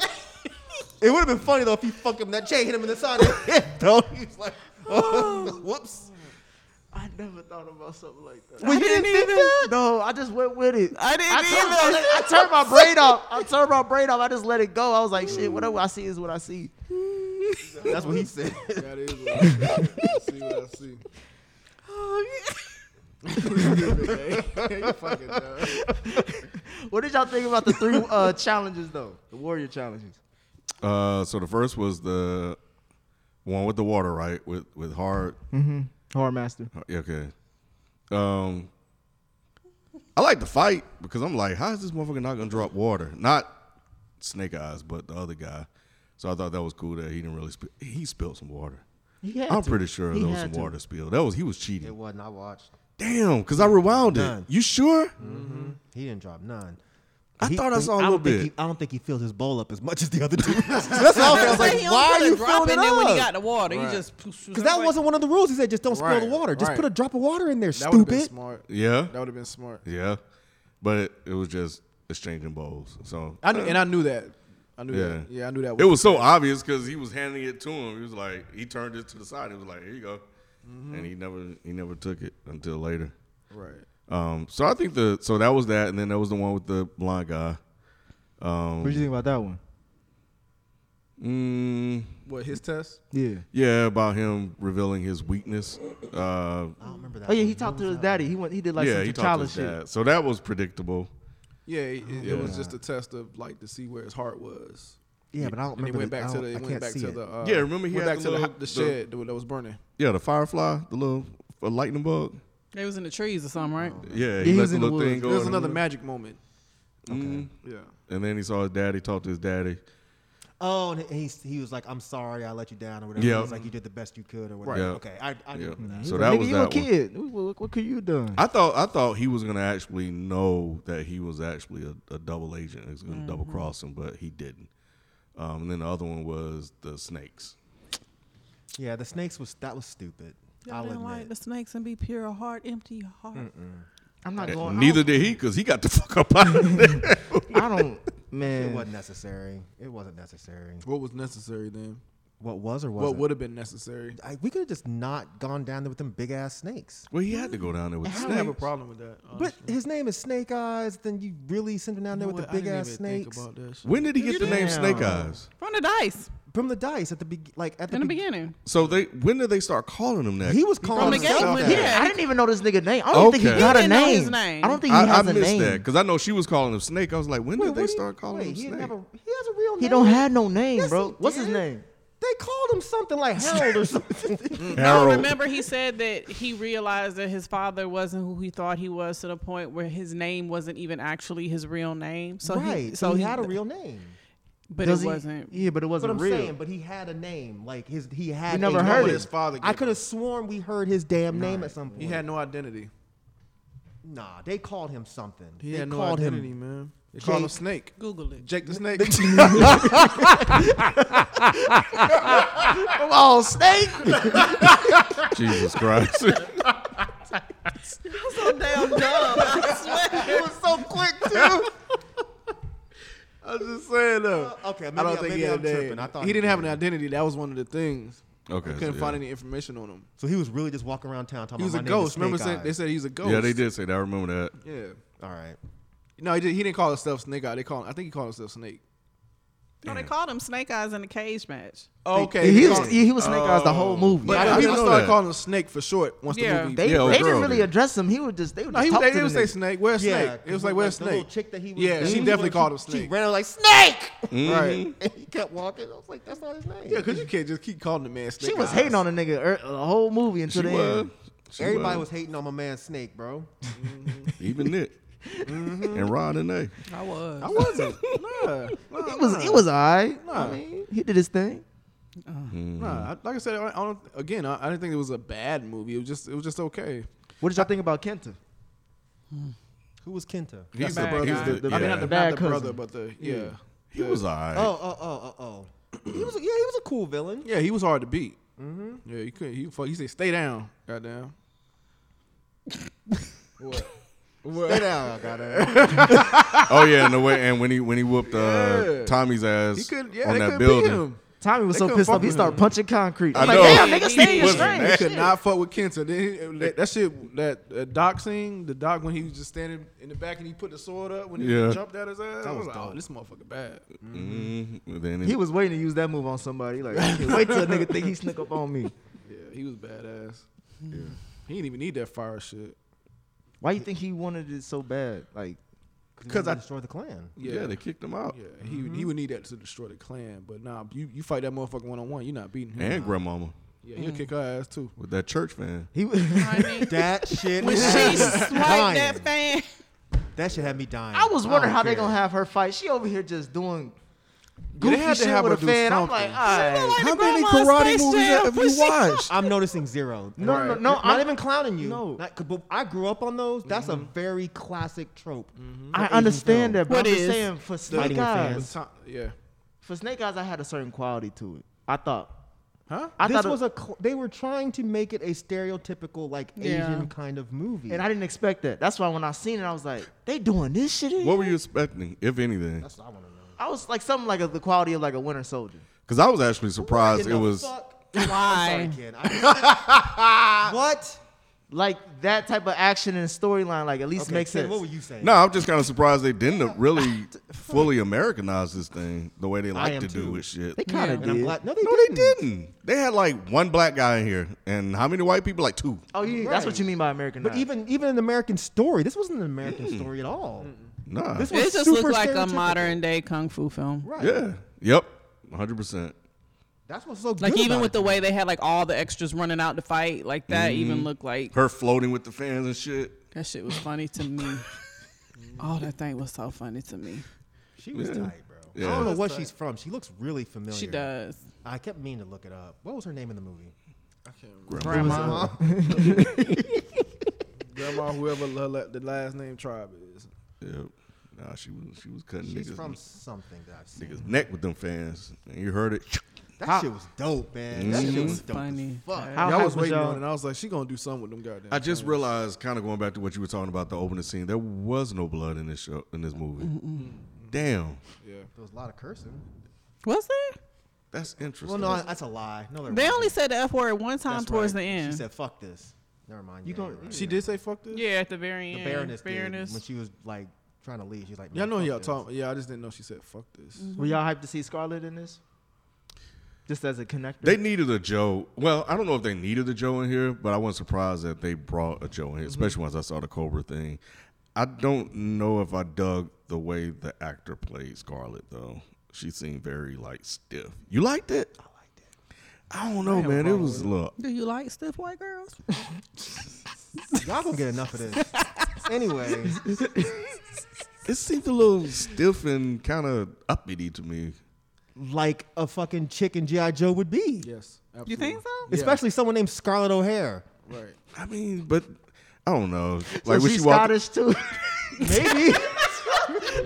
It would have been funny though if he fucked him that chain, hit him in the side of the head though. He was like, whoops.
I never thought about something like that.
Well, you
didn't
didn't think
either.
that? No, I just went with it.
I didn't
I
either.
turned, I turned my brain off. I turned my brain off. I just let it go. I was like, shit, whatever I see is what I see. That's what he said.
That is what I see. see what I see. You fucking dumb.
What did y'all think about the three uh, challenges though? The warrior challenges.
Uh, so the first was the one with the water, right? With with hard.
Hard master.
Oh, Yeah, Okay. Um, I like to fight because I'm like, how is this motherfucker not gonna drop water? Not Snake Eyes, but the other guy. So I thought that was cool that he didn't really. Sp- he spilled some water. I'm pretty sure
He
there was
had
some
to.
water spilled. That was he was cheating.
It wasn't. I watched.
Damn, because I rewound it.
None.
You sure?
He didn't drop none.
I
He-
thought I
but
saw a
don't
little
think
bit.
He, I don't think he filled his bowl up as much as the other two. That's what I was, I was like,
He
why
don't
are you
put a drop
filling it
in there when he got
up?
the water? He just because
Because that wasn't one of the rules. He said, just don't
Right,
spill the water. Just
right.
put a drop of water in there,
That would have been
stupid.
smart.
Yeah,
That would have been smart.
yeah. But it, it was just exchanging bowls. So
I knew, and I knew that. I knew
Yeah,
that. Yeah, I knew that.
It was so obvious because he was handing it to him. He was like, he turned it to the side. He was like, here you go,
Mm-hmm.
and he never he never took it until later.
right.
Um, so I think the so that was that, and then there was the one with the blind guy.
What did you think about that one?
Mm,
What his test?
Yeah.
yeah, about him revealing his weakness. Uh,
I don't remember that.
Oh yeah, he talked to his daddy. He went. He did like
yeah,
some
he
T'Challa
talked to
shit.
that. So that was predictable.
Yeah, it, it- it was just a test of like to see where his heart was.
Yeah, but I don't
And it
remember.
went
the- I
back to
don't-
the.
I
It
can't
went back
see
to
it.
the. Uh,
Yeah, remember he
went
had
back
the
to the,
little-
ho-
the-
the shed that was burning.
Yeah, the firefly, the little uh, lightning bug.
They was in the trees or something, right?
Yeah,
he
he, let
was
the
in the
little
woods.
thing go.
There was
in the
another
woods.
magic moment.
Mhm.
Yeah.
And then he saw his daddy talk to his daddy.
Oh, and he, he was like, I'm sorry I let you down or whatever.
Yeah.
He was like, you did the best you could or whatever.
Right.
Okay, I, I
Yeah.
He
So
like,
that
Nigga,
was
you
that
a
one.
kid. What, what, what could you have done?
I thought I thought he was gonna actually know that he was actually a, a double agent. He was gonna double cross him, but he didn't. Um, and then the other one was the snakes.
Yeah, the snakes was, that was stupid.
Y'all
I'll
didn't like the
admit.
snakes and be pure heart, empty heart.
I'm not
And
going.
neither did he, cause he got the fuck up out of there.
I don't, I don't
It
man.
wasn't necessary. It wasn't necessary.
What was necessary then?
What was or wasn't?
What would have been necessary?
I, we could have just not gone down there with them big ass snakes.
well, he had to go down there with
I
the
don't have a
snakes.
problem with that.
But his name is Snake Eyes. Then Oh, you really send him down there with the big ass snakes
Think about that shit.
When did he get the name Snake
Damn.
Eyes?
From the dice
from the dice at the be- like at the,
in the
be-
beginning.
So they when did they start calling him that?
He was calling
From the
himself
game,
that.
yeah.
I didn't even know this nigga name. I don't think
Okay.
he got
You
a
didn't know his
name.
name.
I don't think he
I, I
has a
missed
name.
that because I know she was calling him Snake. I was like, when
Wait,
did they
what do you-
start calling
wait,
him
he didn't
Snake?
have a- he has a real name.
He don't have no name,
Yes,
bro.
he
What's his
did.
name?
They called him something like Harold or something.
I
Harold.
remember he said that he realized that his father wasn't who he thought he was to the point where his name wasn't even actually his real name. So
right.
he,
so he, had a real name.
but
Does
it
he-
wasn't.
Yeah, but it
But
wasn't
I'm
real.
saying, but he had a name. Like his, he had.
never
a
heard
name.
it.
His father
I
gave
could
him-
have sworn we heard his damn name at some point.
He had no identity.
nah, they called him something.
He
they
had no
called
identity,
him.
man. They called him
Jake-
Snake.
Google it.
Jake the Snake.
Come on, snake.
Jesus Christ.
So damn dumb. I swear.
it was so quick too.
I'm just saying though.
Uh, okay,
I
maybe-
don't think
maybe
he had
I'm
a name.
tripping. I thought
he
he
didn't have an
did.
identity. That was one of the things.
Okay,
I couldn't
so,
find
yeah.
any information on him.
So he was really just walking around town talking
He was a
about my name is
ghost. Remember,
Snake
said, they
Eyes.
said he's a ghost.
Yeah, they did say that. I remember that.
Yeah.
All right.
No, he, did, he didn't call himself Snake Eye. They call. Him, I think he called himself Snake.
No, they called him Snake Eyes in the cage match.
okay.
he,
they
was,
called-
he was Snake Eyes the whole movie.
But
I
yeah,
didn't
people
know
started
that.
calling him Snake for short. Once
Yeah.
the movie.
they
Yeah, old
they
girl
didn't really
did.
address him. He would just they would
no,
just
he,
talk
they
to
didn't
the nigga.
say Snake. Where's Snake? It
'cause
was like, where's
the little
Snake?
chick that he was.
Yeah,
that
she
he was-
definitely called him
She
Snake.
ran out like snake.
Right.
And he kept walking. I was like, that's not his name.
Yeah, because you can't just keep calling the man Snake.
She was
Eyes.
hating on the nigga er, the whole movie
She
until the
was.
end.
She
Everybody was hating on my man Snake, bro.
even Nick and Rod and they.
I was.
I wasn't. nah, nah,
It was it was alright. I mean, he did his thing.
nah. I- Like I said, I, I don't. Again, I, I didn't think it was a bad movie. It was just, it was just okay.
What did y'all think about Kenta?
Who was Kenta?
He's the
bad
brother.
guy.
He's the,
The-
yeah.
I mean, not the,
Bad
not the
cousin.
brother, but the yeah.
he was alright.
Oh, oh, oh, oh, oh. he was. A, yeah, he was a cool villain.
Yeah, he was hard to beat. Yeah, he could. He fuck. He said, "Stay down, goddamn." what?
Stay
What?
down, goddamn.
Oh yeah, and the way and when he when he whooped uh,
Yeah.
Tommy's ass
He could. Yeah,
on
they
that
could
building.
beat him.
Tommy was
They
so
couldn't
pissed
fuck
off he
with
started
him.
punching concrete.
I
I'm like,
know.
damn, nigga, stay in your
wasn't
strength.
He
that-
could not fuck with Kenta. Then he, that, that shit, that uh, doc scene, the doc when he was just standing in the back and he put the sword up when he
Yeah.
jumped at his ass. I was
was
like, oh,
dope.
this motherfucker bad.
Mhm. Then
He was waiting to use that move on somebody. Like, I can't wait till a nigga think he snuck up on me.
Yeah, he was badass. He didn't even need that fire shit.
Why you think he wanted it so bad? Like,
Because I destroyed the clan.
yeah. they kicked him out.
Yeah, he he would need that to destroy the clan. But nah, you, you fight that motherfucker one on one, you're not beating him.
And grandmama
yeah, he'll kick her ass too.
with that church fan.
he
I mean,
That shit.
when
had
she
me
swiped
dying.
that fan,
That shit had me dying.
I was wondering
don't
how they
care.
gonna have her fight. She over here just doing
Yeah,
goofy
they had to
shit
have
with a
her do
fan. I'm like,
something.
all right.
How many karate movies have you
watched?
I'm noticing zero.
No, no,
Right.
no.
not
I'm,
even clowning you.
No.
Not- 'cause- but I grew up on those. That's a very classic trope.
I
Asian
understand
film.
that, but
What
I'm just
is?
saying for Snake
Fighting with fans.
Eyes,
Tom- yeah,
for Snake Eyes, I had a certain quality to it. I thought.
huh?
I
this
thought
was
it,
a. Cl- they were trying to make it a stereotypical like
Yeah.
Asian kind of movie.
and I didn't expect that. That's why when I seen it, I was like, they doing this shit. in
What
here?
were you expecting, if anything?
That's what I want to know.
I was like something like a, the quality of like a Winter Soldier.
Because I was actually surprised
In
it
the
was.
fuck-
why?
Sorry, Ken. I- what?
Like that type of action and storyline, like at least
Okay,
makes
Ken,
sense.
What were you saying?
No, I'm just kind of surprised they didn't really fully Americanize this thing the way they like
am
to do
too.
with shit.
They kind
Yeah.
of
And
And
did.
I'm glad. No, they
no,
didn't.
they didn't. They had like one black guy in here, and how many white people? Like two.
oh, yeah, that's what
Right.
you mean by American.
But even even an American story, this wasn't an American story at all.
Nah.
This was
it just
super
looked like a
stereotypical.
modern day kung fu film.
Right.
yeah. Yep. 100. percent
That's what's so good.
Like even
about Mm-hmm.
with
it.
the way they had like all the extras running out to fight, like that even looked like
Her floating with the fans and shit.
that shit was funny to me. oh, that thing was so funny to me.
she was tight, bro.
Yeah.
I don't know what she's from. She looks really familiar.
She does.
I kept meaning to look it up. What was her name in the movie? uh,
Grandma.
Grandma, whoever la- la- the last name tribe is.
Yep. Nah, she was she was cutting
She's
niggas,
from something that I've seen.
niggas neck with them fans. And you heard it.
That shit was dope, man. That
She
shit
was
was dope. as
funny.
Fuck.
How
Yeah, I
hype
was waiting
y'all?
on it. and I was like, she gonna do something with them goddamn.
I just realized, kind of going back to what you were talking about the opening scene, there was no blood in this show in this movie. Damn,
yeah.
There was a lot of cursing.
Was there?
that's interesting.
Well, no, that's a lie. No, there
They
wasn't.
only said the F word one time
That's
towards
right.
the end.
She said, "Fuck this." Never mind. You
gon-
She did say fuck this.
yeah, at the very
The
end.
Baroness, did when she was like trying to leave. She's like,
Y'all
"Man,
know
fuck
y'all
this."
talking. Yeah, I just didn't know she said fuck this.
Were y'all hyped to see Scarlett in this? Just as a connector.
They needed a Joe. Well, I don't know if they needed a Joe in here, but I wasn't surprised that they brought a Joe in here, especially once I saw the Cobra thing. I don't know if I dug the way the actor played Scarlett though. She seemed very like stiff. You liked it? I liked it. I don't know, man. It was a little.
Do you like stiff white girls?
Y'all gonna get enough of this. anyway,
It seemed a little stiff and kind of uppity to me.
like a fucking chicken GI Joe would be,
Yes, absolutely.
You think so?
especially someone named Scarlett O'Hare.
Right.
I mean, but I don't know.
so
Like when she
she's
walked,
Scottish too.
Maybe.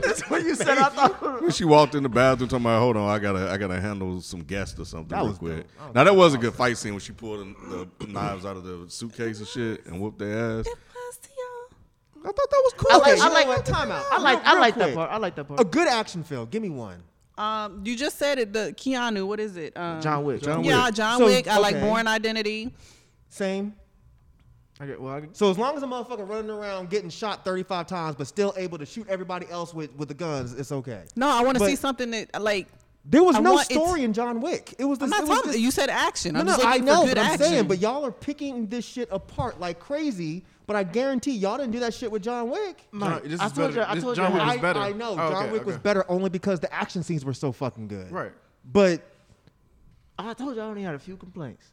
That's what you said. I thought.
when she walked in the bathroom, talking about, "Hold on, I gotta, I gotta handle some guests or something
That
real
was
quick."
dope. I don't
Now that was a good fight scene when she pulled the the knives out of the suitcase and shit and whooped their ass. I thought that was cool.
I like. I
you know
like.
what? Time out.
I like.
Real-
I
real
like that
quick.
part. I like that part.
A good action film. Give me one.
Um, you just said it. The Keanu. What is it? Um,
John Wick.
John Wick.
Yeah, John
So,
Wick. I like
okay.
Born Identity.
Same.
Okay, well, I,
So as long as a motherfucker running around getting shot 35 times but still able to shoot everybody else with, with the guns, it's okay.
No, I want to see
But-
something that like.
There was
I
no
want- it's-
story in John Wick. It was. This,
I'm not
it was
talking.
this-
you said action.
No,
I'm
no,
just
I
looking
know,
for good
but I'm
action.
saying, but y'all are picking this shit apart like crazy. But I guarantee y'all didn't do that shit with John Wick.
John, this
I
is
told
better.
you- I
This-
told
John
you-
Wick was
I,
better.
I know
Oh,
John
okay,
Wick was
okay.
better only because the action scenes were so fucking good.
Right.
But
I told you I only had a few complaints.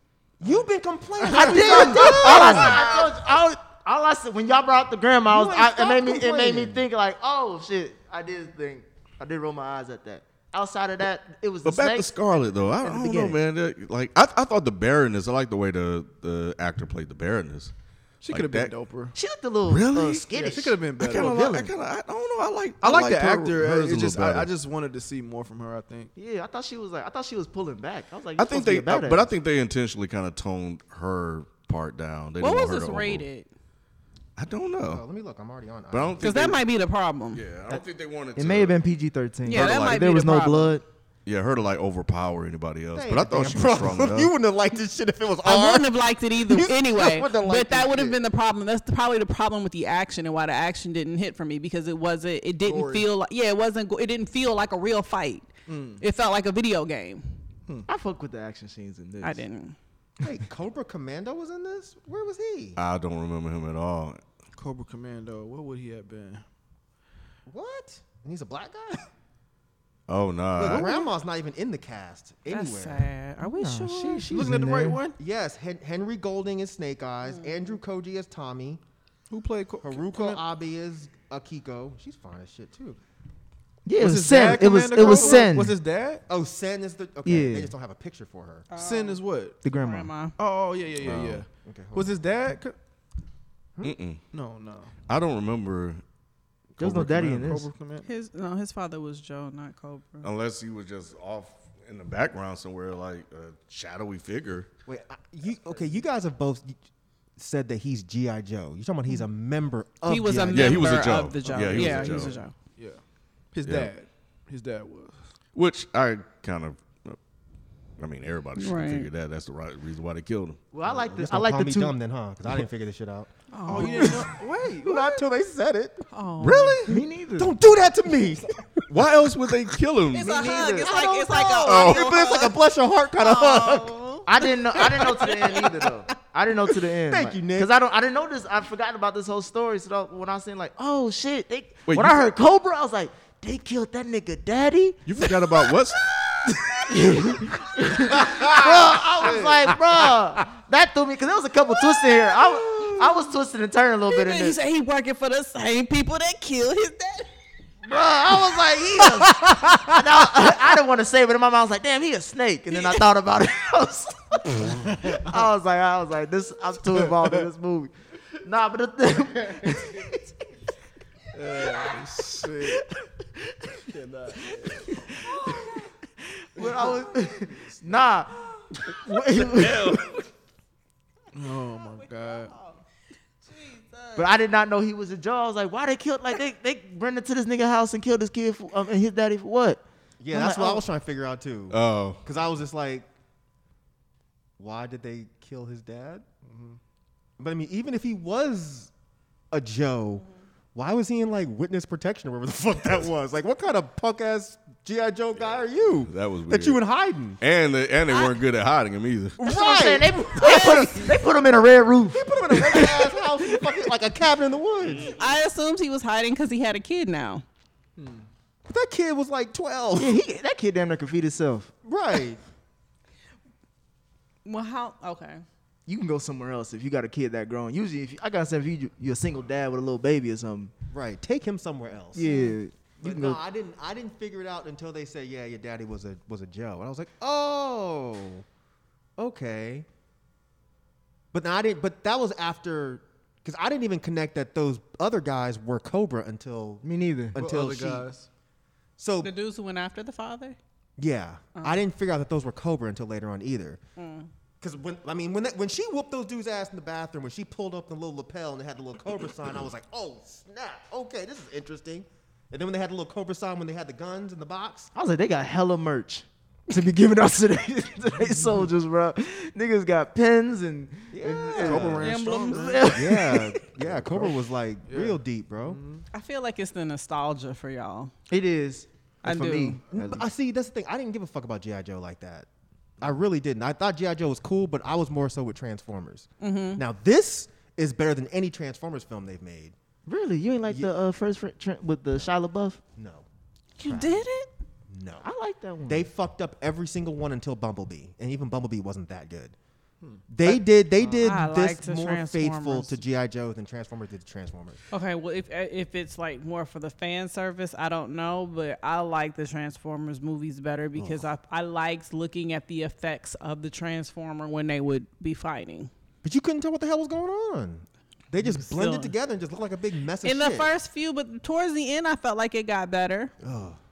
you've been complaining.
I did. All I said. I told you. I was- all I said when y'all brought up the grandma, I was-
You ain't
I, it
stop
made me. It made me
complaining.
think like, oh shit, I did think. I did roll my eyes at that. Outside of that, it was the
But back to
snake.
Scarlett though, I, I don't know,
beginning.
man. That- Like I, I thought the Baroness. I like the way the the actor played the Baroness.
She
Like
could have been
that-
doper.
She looked a little
Really?
uh,
Yeah,
Yeah,
skittish.
she could have been
I
better.
kind of
I,
like. I, kinda, I don't know. I like.
like the
her- hers
actor.
a
I, it
little
just I, I
better.
just wanted to see more from her. I think.
yeah, I thought she was like I thought she was pulling back. I was like,
I think they,
be a
I- but I
badass.
think they intentionally kind of toned her part down. They
What
didn't
was
want her
this
to over-
rated?
I don't
Oh,
know,
let me look. I'm already on.
but I don't
Because
think
that
they-
might Uh, be the problem.
Yeah, I don't think they wanted.
It
to,
may have been PG thirteen.
Yeah, that
like-
might
there
be
was
the
no
problem.
blood.
Yeah, her to like overpower anybody else,
That
but I
ain't a
thought
damn
she was strong
you
enough.
wouldn't have liked this shit if it was
I
R.
wouldn't have liked it either
You
anyway.
wouldn't have liked
But that
this
would have
shit.
been the problem. That's the, probably the problem with the action and why the action didn't hit for me because it wasn't. It didn't
Gory.
feel like. Yeah, it wasn't. go- It didn't feel like a real fight. It felt like a video game.
I fuck with the action scenes in this.
I didn't.
Wait, Cobra Commando was in this? Where was he?
I don't remember him at all.
Cobra Commando. What would he have been?
What? And he's a black guy?
Oh no,
Look,
I,
grandma's not even in the cast anywhere.
That's sad. Are we sure?
She, she's
Looking
in
at the right
there.
one.
Yes, Hen- Henry Golding is Snake Eyes.
Mm.
Andrew Koji is Tommy.
Who played Co-
Haruko Abe is Akiko. She's fine as shit too.
Yeah, it
Was
was
his
Sen.
dad
It was
Commander
it was
Cobra?
Sen.
Was his dad?
Oh, Sen is the okay.
Yeah.
They just don't have a picture for her.
Sin is what?
the grandma.
Grandma.
Uh, Oh yeah yeah yeah yeah.
Okay, hold
Was his dad? Co-
mm-mm.
no no.
I don't remember
There was no daddy in this.
Cobra Commando.
His no, his father was Joe, not Cobra.
unless he was just off in the background somewhere, like a shadowy figure.
Wait, I, you okay? You guys have both said that he's GI Joe. You're talking about he's a member of.
Mm. He was a
G.I.
member
Yeah, he was a Joe.
of the Joe.
Yeah, he was a Joe.
Yeah. His
Yeah.
dad. His dad was.
Which I kind of, I mean, everybody should
Right.
figure that. That's the right reason why they killed him.
Well, I like
You're
the
just
I
gonna
like
call
the
me
two.
dumb then, huh? Because I didn't figure this shit out.
Oh, you didn't know? Wait.
Not until they said it.
Oh.
Um,
Really?
Me neither.
Don't do that to me.
Why else would they kill him?
It's a hug. It's
I
like
don't
it's like a.
know.
Oh.
It's like a bless your heart kind of hug.
I didn't know. I didn't know to the end either, though. I didn't know to the end.
Thank you, Nick.
Because I don't. I didn't know this. I forgot about this whole story. So that- when I seen like, oh shit, they,
Wait,
when
you-
I heard Cobra, I was like, they killed that nigga, daddy.
You forgot about what's
I was like, bruh, that threw me because there was a couple twists in here. I, w- I was twisting and turning a little bit in
He
this. Bruh,
said he working for the same people that killed his dad.
I was like, he. A, and I, I didn't want to say, it, but in my mind, I was like, damn, he a snake. And then I thought about it. I was, I was like, I was like, this. I'm too involved in this movie. Nah, but the thing. But I was nah.
Oh my god.
But I did not know he was a Jaw. I was like, why they killed? Like they they ran into this nigga house and killed his kid for, um, and his daddy for what?
Yeah,
I'm
that's
like,
what I
oh.
was trying to figure out too.
oh
Because I was just like, why did they kill his dad?
Mm-hmm.
But I mean, even if he was a Joe,
Mm-hmm.
why was he in like witness protection or whatever the fuck that was? Like, what kind of punk ass GI Joe guy are you?
That was
that you
weird.
in hiding.
and they, and they weren't good at hiding him either.
That's what I'm saying. Oh, They, they put him, they put him in a red roof.
Put him in a regular ass house, in fucking, like a cabin in the woods.
I assumed he was hiding because he had a kid now.
But that kid was like twelve,
Yeah, he, that kid damn near could feed himself.
right?
Well, how? Okay.
You can go somewhere else if you got a kid that grown. Usually, if you, I gotta say, if you you're a single dad with a little baby or something,
Right. Take him somewhere else.
yeah, you
But
can
no,
go.
I didn't. I didn't figure it out until they said, "Yeah, your daddy was a was a Joe," and I was like, "Oh, okay." But now I didn't. But that was after, because I didn't even connect that those other guys were Cobra until
Me neither.
until
other
she.
guys.
So
The dudes who went after the father.
yeah,
Uh-huh.
I didn't figure out that those were Cobra until later on either.
Mm.
Because when I mean when that, when she whooped those dudes' ass in the bathroom, when she pulled up the little lapel and they had the little Cobra sign, I was like, "Oh snap! Okay, this is interesting." And then when they had the little Cobra sign, when they had the guns in the box.
I was like, they got hella merch to be giving out to their, to their soldiers, bro. Niggas got pens and, and- and-
Cobra
Emblems.
yeah, yeah. Mm-hmm. Cobra was like real deep, bro.
I feel like it's the nostalgia for y'all.
It is.
I
for
do.
me.
But I see. That's the thing. I didn't give a fuck about GI Joe like that. I really didn't. I thought GI Joe was cool, but I was more so with Transformers.
Mm-hmm.
Now this is better than any Transformers film they've made.
Really, you ain't like the uh, first fr- tr- with the Shia LaBeouf.
No,
You did it.
no.
I like that one.
They fucked up every single one until Bumblebee, and even Bumblebee wasn't that good.
Hmm.
They did.
oh,
They did
I
this
liked the
more faithful
Transformers.
to GI Joe than Transformers did to Transformers.
Okay. Well, if eh, if it's like more for the fan service, I don't know, but I like the Transformers movies better because I I liked looking at the effects of the Transformer when they would be fighting.
But you couldn't tell what the hell was going on. They just blended
Still-
together and just look like a big mess of
In
shit.
the first few, but towards the end, I felt like it got better.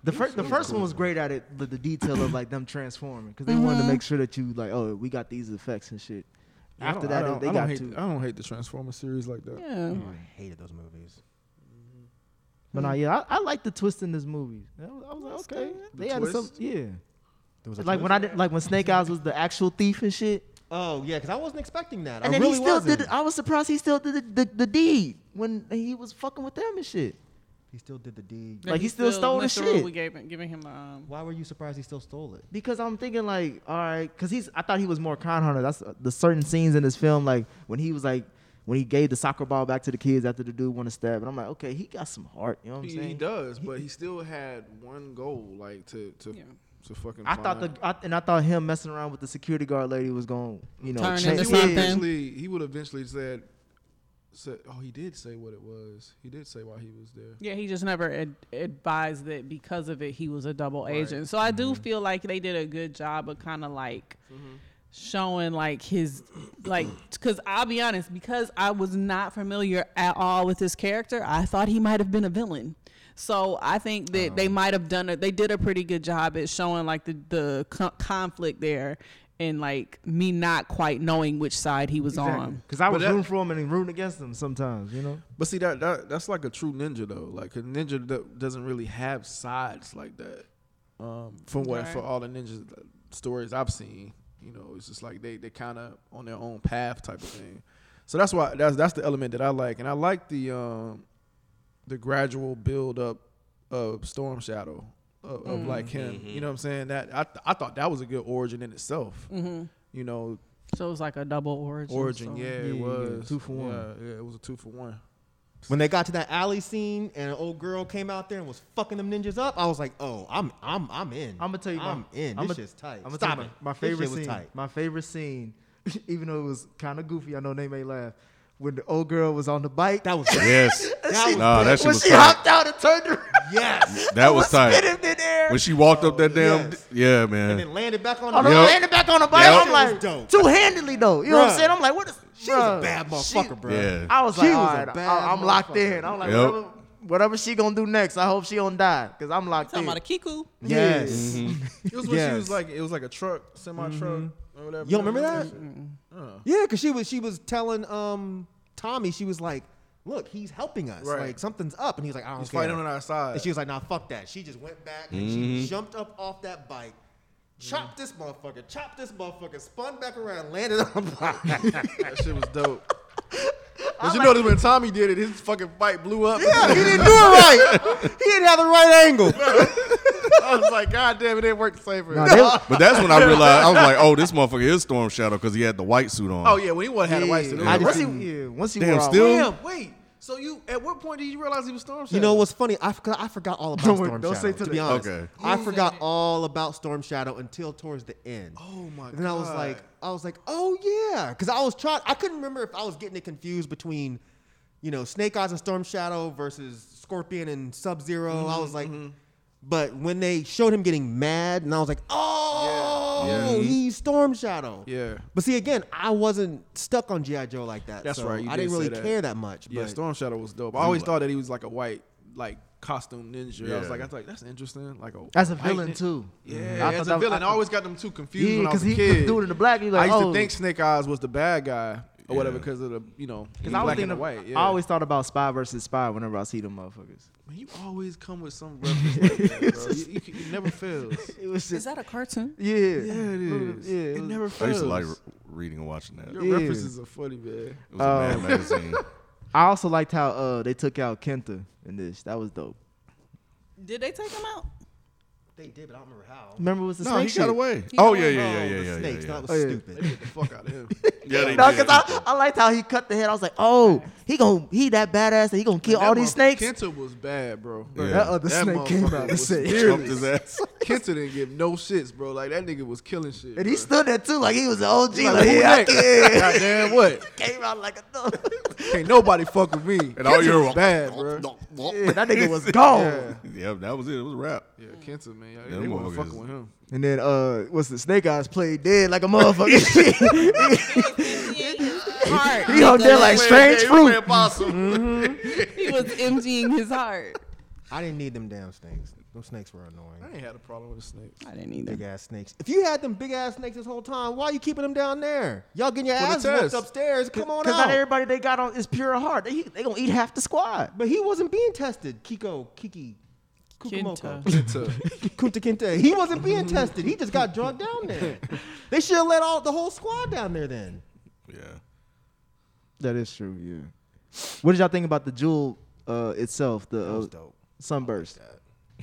The first, the first one was great at it, but the detail of like them transforming because they wanted to make sure that you like, oh, we got these effects and shit.
I
After
don't-
that,
I don't,
they
I don't
got
hate,
to.
I don't hate the Transformers series like that.
Yeah.
I hated those movies.
But nah, yeah, I, I like the twist in this movie. I was, I was like, okay, they added some, yeah.
There was a
Like
twist.
when I did, like when Snake Eyes was the actual thief and shit,
oh yeah, because I wasn't expecting that.
and
I
then
really
he still
wasn't.
did. uh, I was surprised he still did the, the, the deed when he was fucking with them and shit.
He still did the deed.
Like, he still stole
went
the
through
shit.
We gave him, giving him the. Um,
Why were you surprised he still stole it?
Because I'm thinking like, all right, because he's. I thought he was more con hunter. That's uh, the certain scenes in this film, like when he was like, when he gave the soccer ball back to the kids after the dude won to stab. And I'm like, okay, he got some heart. You know what I'm
He,
saying?
he does, but he still had one goal, like to to
Yeah.
to fucking.
I thought the
find-
I, and I thought him messing around with the security guard lady was going, to you know,
Turn
change-
into
he would
something.
eventually he would eventually said, said, oh, he did say what it was. He did say why he was there.
yeah, he just never ad- advised that because of it he was a double agent. So I do feel like they did a good job of kind of like
Mm-hmm.
showing like his like because I'll be honest because I was not familiar at all with his character. I thought he might have been a villain. So I think that they might have done it. They did a pretty good job at showing like the the co- conflict there. And like me not quite knowing which side he was on.
Because I was
that-
rooting for him and rooting against him sometimes, you know.
But see that, that that's like a true ninja though. Like a ninja do- doesn't really have sides like that. Um, from what
Right.
for all the ninja stories I've seen, you know, it's just like they they kind of on their own path type of thing. So that's why that's that's the element that I like, and I like the um, the gradual build up of Storm Shadow uh, of, of like him. You know what I'm saying? That I th- I thought that was a good origin in itself. You know,
So it was like a double origin.
origin.
story.
Yeah,
yeah,
it
yeah,
was
two for one.
Yeah, yeah, it was a two for one.
When they got to that alley scene and an old girl came out there and was fucking them ninjas up, I was like, oh, I'm I'm I'm in.
I'm gonna tell you, my,
I'm in.
I'ma-
this shit's tight.
I'ma
Stop
tell you
it.
My, my
This
favorite
shit was
scene.
tight.
My favorite scene, even though it was kind of goofy, I know they may laugh. When the old girl was on the bike,
That was
Yes.
That was
nah, that shit
when
was
she
tight.
hopped out and turned around,
yes.
That was tight.
spinning in air.
When she walked up that damn,
yes.
yeah, man.
And then uh, landed back on
on
the
the
Yup.
landed back on the bike,
Yup.
I'm like,
That was dope.
two handedly though. You know what I'm
Bruh.
saying? I'm like, what is?
She was
bruh.
a bad
She-
motherfucker, bro.
yeah.
I was
She
like,
was a
all right,
bad
I, am locked
motherfucker.
in. I'm like,
Yup.
whatever, whatever she gonna do next, I hope she don't die because I'm locked
Talking
in.
about a Kiku.
Yes.
It was when she
Yes.
was like, it was like a truck, semi truck,
Mm-hmm.
or whatever.
You don't remember that? Yeah, because she was she was telling um Tommy, she was like, look, he's helping us.
Right.
Like something's up. And he was like, I don't
He's
care.
fighting on our side.
And she was like, nah, fuck that. She just went back and
Mm-hmm.
she jumped up off that bike, chopped this motherfucker, chopped this motherfucker, spun back around, landed on the bike.
that shit was dope. But you notice when Tommy did it, his fucking fight blew up.
yeah, he didn't do it right. He didn't have the right angle.
I was like, God damn it, it worked the same for
Nah,
him.
they was-
But that's when I realized I was like, oh, this motherfucker is Storm Shadow because he had the white suit on.
Oh yeah, when he wasn't had a white suit.
I
Yeah.
just see, yeah, once he
Damn,
wore out-
still-
Damn, wait. So you, at what point did you realize he was Storm Shadow?
You know what's funny? I forgot, I forgot all about
Don't worry,
Storm
don't
Shadow.
say
to
today.
be honest,
Okay.
I forgot all about Storm Shadow until towards the end.
Oh my
And then I was
God.
like, I was like, oh yeah, because I was trying. I couldn't remember if I was getting it confused between, you know, Snake Eyes and Storm Shadow versus Scorpion and Sub 0
Mm-hmm,
I was like, but when they showed him getting mad, and I was like, oh,
Yeah. Yeah.
he's Storm Shadow.
Yeah.
But see, again, I wasn't stuck on GI Joe like that.
That's
so
right, you
I
did
didn't really
say that.
care that much.
Yeah,
but
Storm Shadow was dope. I always thought that he was like a white, like costume ninja. I was
Yeah.
like, I was like, that's interesting. Like a
That's a
white
villain
nin-
too. Mm-hmm.
Yeah,
thought
as
that
a
was-
villain, I, always got them two confused
Yeah,
when I was
'cause
a
he-
kid.
the dude in the black, he like,
I used
oh.
to think Snake Eyes was the bad guy or whatever because of the, you know,
Cause
he's
I, was
black
thinking
and
of-
white. Yeah.
I always thought about spy versus spy whenever I see them motherfuckers.
Man, you always come with some reference like that, bro. You, you, c- it never fails.
It was
Is
just
that a cartoon?
yeah,
Yeah, it is.
Yeah,
it,
it was-
never
I
fails.
used to like re- reading and watching that.
Your
It
Yeah.
references are funny, man.
was a mad magazine.
I also liked how uh, they took out Kenta in this. That was dope.
Did they take him out?
they did, but I don't remember how.
Remember it was the
No,
snake
he
shit?
got away.
He
Oh
got
yeah, yeah,
away.
yeah,
Oh,
yeah,
the
yeah,
snakes,
yeah.
that was
Oh, yeah.
stupid.
Get the fuck out of him.
Yeah, they
No,
did.
because I, I liked how he cut the head. I was like, oh, he gon' he that badass that he gonna kill
That
all these
motherfucker-
snakes.
Kenta was bad, bro.
Yeah.
That other
That
snake came out
motherfucker
and
was
said, "Here."
Trumped his ass.
Kenta didn't give no shits, bro. Like that nigga was killing shit.
and
bro.
he stood there too, like he was an OG. Like,
like, who
yeah, I
next?
can.
Goddamn what?
came out like a thug.
Can't nobody fuck with me.
And all
Kenta
you
was
heard-
bad, bro.
Yeah, that nigga was gone.
Yeah.
Yep, that was it. It was a wrap.
Yeah, Kenta, man. Y'all-
Them
They
motherfuckers.
wasn't fucking with him.
And then uh, what's the Snake Eyes played dead like a motherfucker.
heart.
He out there like strange fruit.
he was emptying his heart.
I didn't need them damn snakes. Those snakes were annoying.
I ain't had a problem with the snakes.
I didn't either.
Big ass snakes. If you had them big ass snakes this whole time, why you keeping them down there? Y'all getting your
the
ass whooped
test.
upstairs. Come on
Because not
out.
everybody they got on is pure heart. They they gonna eat half the squad.
But he wasn't being tested. Kiko, Kiki, Kukumoko,
Kinta.
Kunta Kinte. He wasn't being tested. He just got drunk down there. They should have let all the whole squad down there then.
Yeah.
That is true. Yeah. What did y'all think about the jewel uh, itself? The uh,
dope.
sunburst.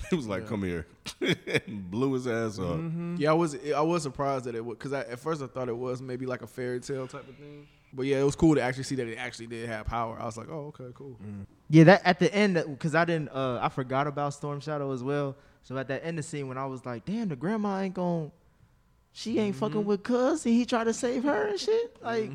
He was like, "Come here," blew his ass up.
Yeah, I was I was surprised that it was because at first I thought it was maybe like a fairy tale type of thing. But yeah, it was cool to actually see that it actually did have power. I was like, oh okay, cool.
Yeah, that at the end because I didn't uh, I forgot about Storm Shadow as well. So at that end of scene when I was like, damn, the grandma ain't gon' she ain't fucking with Cuz and he tried to save her and shit. Like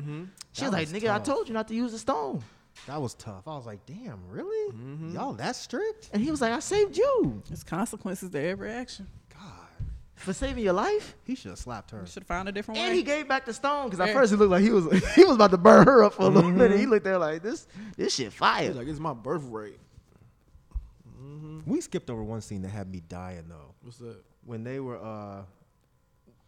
she was
That
like,
was
nigga, I
tough.
told you not to use the stone.
That was tough. I was like, damn, really?
Mm-hmm.
Y'all that strict?
And he was like, I saved you
There's consequences to every action.
God,
for saving your life.
he should have slapped her.
Should have found a different
And
way.
he gave back the stone because at
Yeah.
first it looked like he was he was about to burn her up for a little minute. He looked there like this this shit
He's
fire.
Like it's my birthright.
Mm-hmm.
We skipped over one scene that had me dying though.
What's that?
when they were uh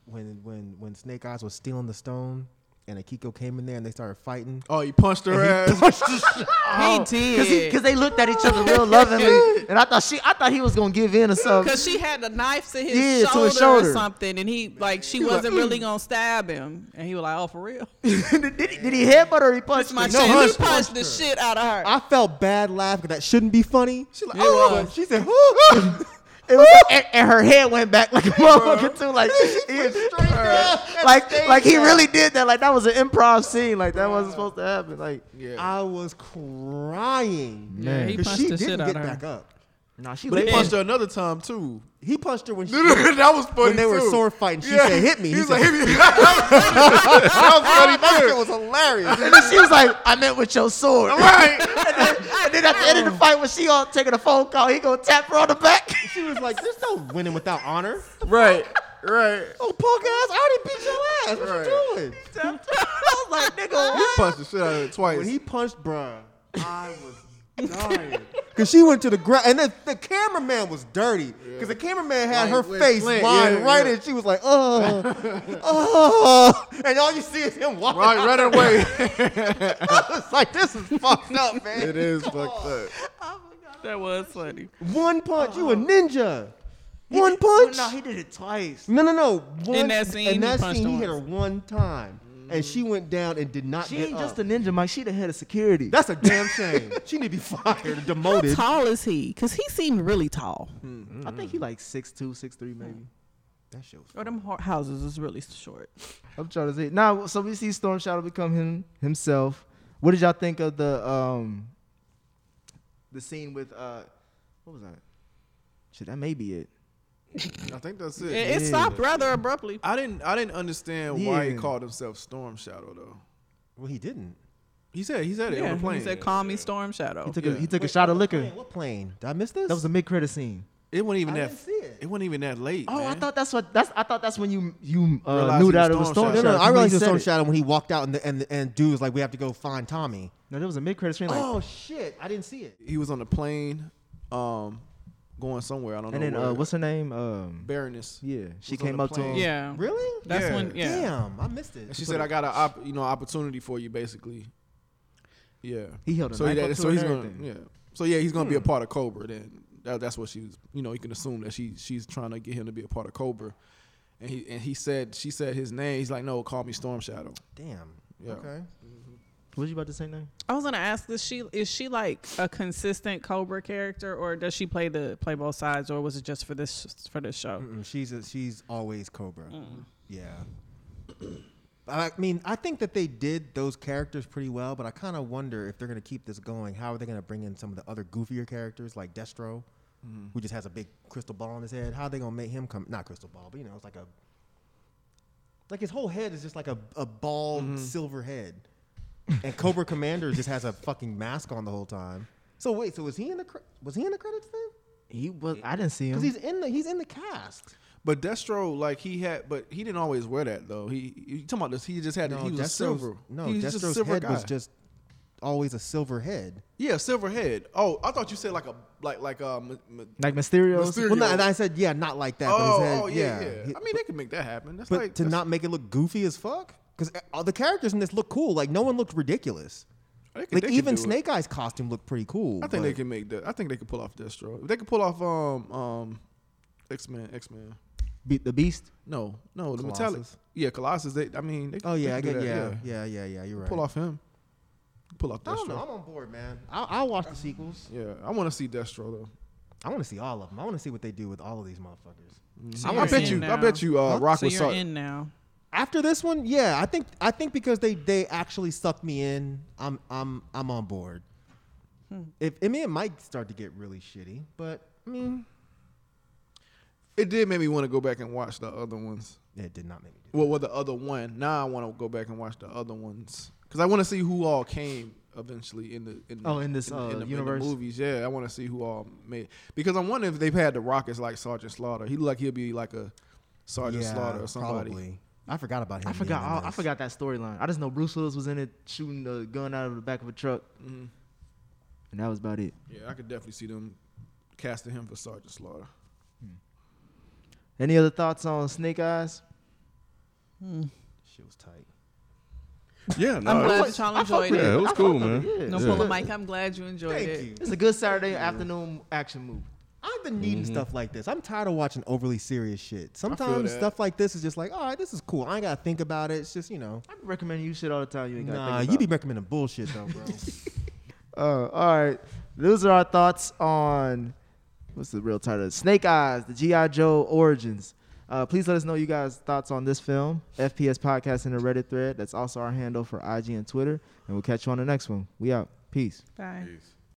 when when when Snake Eyes was stealing the stone and Akiko came in there and they started fighting.
Oh, you punched her ass.
He did.
Because they looked at each other real lovingly, and I thought she, I thought he was gonna give in or something.
Because she had the knife to
um,
his,
Yeah, to
shoulder
his shoulder.
or something, and he like she wasn't really gonna stab him, and he was like, "Oh, for real?"
did, did he, did he headbutt her? Or he punched
That's my
her?
shit.
her.
he punched the shit out of her.
I felt bad laughing 'cause that shouldn't be funny. She like, oh!
It was.
she said, "Ooh."
It was, and, and her head went back like a motherfucker too, like it, like like he really did that. Like that was an improv scene. Like that wasn't supposed to happen. Like
yeah.
I was crying.
Yeah, he
'Cause
punched
she
the shit
didn't
out
get
of her.
back up.
nah, she
But he
laid-
punched her another time too.
He punched her when she
that was funny.
when they were
too.
sword fighting. She
Yeah.
said, "Hit me." He
He's
said,
like, hit me. that was funny.
It was hilarious.
and then she was like, "I meant with your sword."
Right.
and then at the end of the fight, when she all taking a phone call, he gonna tap her on the back.
she was like, "There's no winning without honor."
Right. Right.
Oh, punk ass! I already beat your ass. What
Right.
you doing?
I was like, nigga,
He punched the shit out of her twice.
When he punched bruh, I was dying. Cause she went to the ground, and then the cameraman was dirty. Cause the cameraman had
Like
her
with
face
Flint,
lying
yeah,
right,
yeah.
and she was like, "Uh, uh," and all you see is him walking.
right, right away.
It's like this is fucked up, man.
it is fucked up.
that was funny.
One punch, you a ninja. One punch.
No, he did it twice.
No, no, no. One,
that scene,
in
he
that
punched
scene, he
her
hit her
once.
one time, and she went down and did not.
she
get
ain't
up.
just a ninja, Mike. She the head of security.
That's a damn shame. she need to be fired,
How
demoted.
tall is he? Because he seemed really tall.
I think he like six two, six three, maybe.
That shit was
Or Oh, them ho- houses is really short.
I'm trying to say now. So we see Storm Shadow become him himself. What did y'all think of the um the scene with uh what was that? Shit, that may be it.
I think that's
It,
it.
it stopped rather abruptly.
I didn't. I didn't understand why he
Yeah.
called himself Storm Shadow though.
Well, he didn't.
He said. He said it
Yeah,
on the plane.
he said, "Call me Storm Shadow."
He took
yeah.
a, he took a shot of liquor.
Man, what plane? Did I miss this?
That was a mid credit scene.
It wasn't even
I
that.
didn't see it.
it. wasn't even that late.
Oh, I
man.
thought that's what that's I thought that's when you you uh,
Realized
knew
he
that
was
it was Storm
Storm
no,
Shadow.
no, no. I
when
realized
he
the
said
Storm
it.
Shadow when he walked out and the, and the, and dude was like, "We have to go find Tommy."
No, there was a mid credit scene. Like,
oh shit! I didn't see it.
he was on the plane, um, going somewhere. I don't
and
know.
then
where.
uh, what's her name? Um,
Baroness?
yeah, she
was on
came
the
up to
plane.
him.
yeah,
Really?
That's
Yeah.
when. Yeah,
Damn, I missed it.
And she said, "I got a op- you know opportunity for you, basically." Yeah.
He held a
so
knife
that-
up to
so
her
he's
and
gonna
everything.
yeah. So yeah, he's gonna be a part of Cobra. Then that, that's what she was. You know, you can assume that she she's trying to get him to be a part of Cobra. And he and he said she said his name. He's like, "No, call me Storm Shadow."
Damn.
Yeah.
Okay.
What you about to say now?
I was gonna ask: Is she is she like a consistent Cobra character, or does she play the play both sides, or was it just for this for this show?
Mm, She's a, she's always Cobra. Yeah. I mean, I think that they did those characters pretty well, but I kind of wonder if they're going to keep this going. How are they going to bring in some of the other goofier characters like Destro, who just has a big crystal ball on his head? How are they going to make him come? Not crystal ball, but you know, it's like a like his whole head is just like a a bald silver head, and Cobra Commander just has a fucking mask on the whole time. So wait, so was he in the cre- was he in the credits then?
He was. I didn't see him.
Because he's in the he's in the cast.
But Destro, like he had, but he didn't always wear that though. He you talking about this? He just had.
No,
he was
Destro's,
silver.
Oh, No,
he was just a
Destro's
silver
head was
guy.
just always a silver head.
yeah, silver head. Oh, I thought you said like a like like um. m-
Like Mysterio's.
Mysterio.
Well, no, and I said, yeah, not like that.
oh,
but his head,
oh yeah, yeah.
He-
I mean, they could make that happen. That's
but
like
to
that's-
not make it look goofy as fuck, because all the characters in this look cool. Like no one looked ridiculous.
they could-
Like
they could
even
do it.
Snake Eyes costume looked pretty cool.
I think
but
they can make that. I think they could pull off Destro. If they could pull off um um, X Men X Men.
Beat the Beast.
No, no, the metallic.
Colossus.
Yeah, Colossus. They, I mean, they,
Oh
they
yeah, I
could do
get yeah,
that,
yeah, yeah, yeah, You're right.
Pull off him. Pull off Destro.
I don't know. I'm on board, man. I'll, I'll watch the sequels.
Yeah, I want to see Destro though.
I want to see all of them. I want to see what they do with all of these motherfuckers.
Mm-hmm.
So
I,
you're
bet
in
you. I
now. Oh,
bet you. Uh, Rock
so
was
you're
sorry.
in now.
After this one, yeah, I think I think because they they actually sucked me in, I'm I'm I'm on board. If I mean, it might start to get really shitty, but I mean,
It did make me want to go back and watch the other ones.
it did not make me do.
Well, well, the other one. Now I want to go back and watch the other ones because I want to see who all came eventually in the in the,
Oh, in this, uh,
the,
universe?
the movies. Yeah, I want to see who all made because I'm wondering if they've had the Rockets like Sergeant Slaughter. He look like he'll be like a Sergeant Slaughter or somebody.
Probably. I forgot about him.
I forgot.
being in
all- I
this.
forgot that storyline. I just know Bruce Willis was in it shooting a gun out of the back of a truck,
Mm-hmm.
and that was about it.
Yeah, I could definitely see them casting him for Sergeant Slaughter.
Any other thoughts on Snake Eyes?
Shit was tight.
Yeah, no,
I'm
it
glad
was,
that y'all enjoyed it.
yeah, it was cool,
fuck
man.
with it, yeah.
No
Yeah.
pull a mic. I'm glad you enjoyed
Thank
it.
you.
It's a good Saturday afternoon action movie.
I've been needing stuff like this. I'm tired of watching overly serious shit. Sometimes
that.
stuff like this is just like, all right, this is cool. I ain't gotta think about it. It's just you know.
I be recommending you shit all the time. You ain't got
Nah, you be recommending bullshit though, bro.
Uh, all right, those are our thoughts on what's the real title? Snake Eyes, the GI Joe origins. Uh, please let us know you guys' thoughts on this film. FPS podcast in the Reddit thread. That's also our handle for IG and Twitter. And we'll catch you on the next one. We out. Peace.
Bye.
Peace.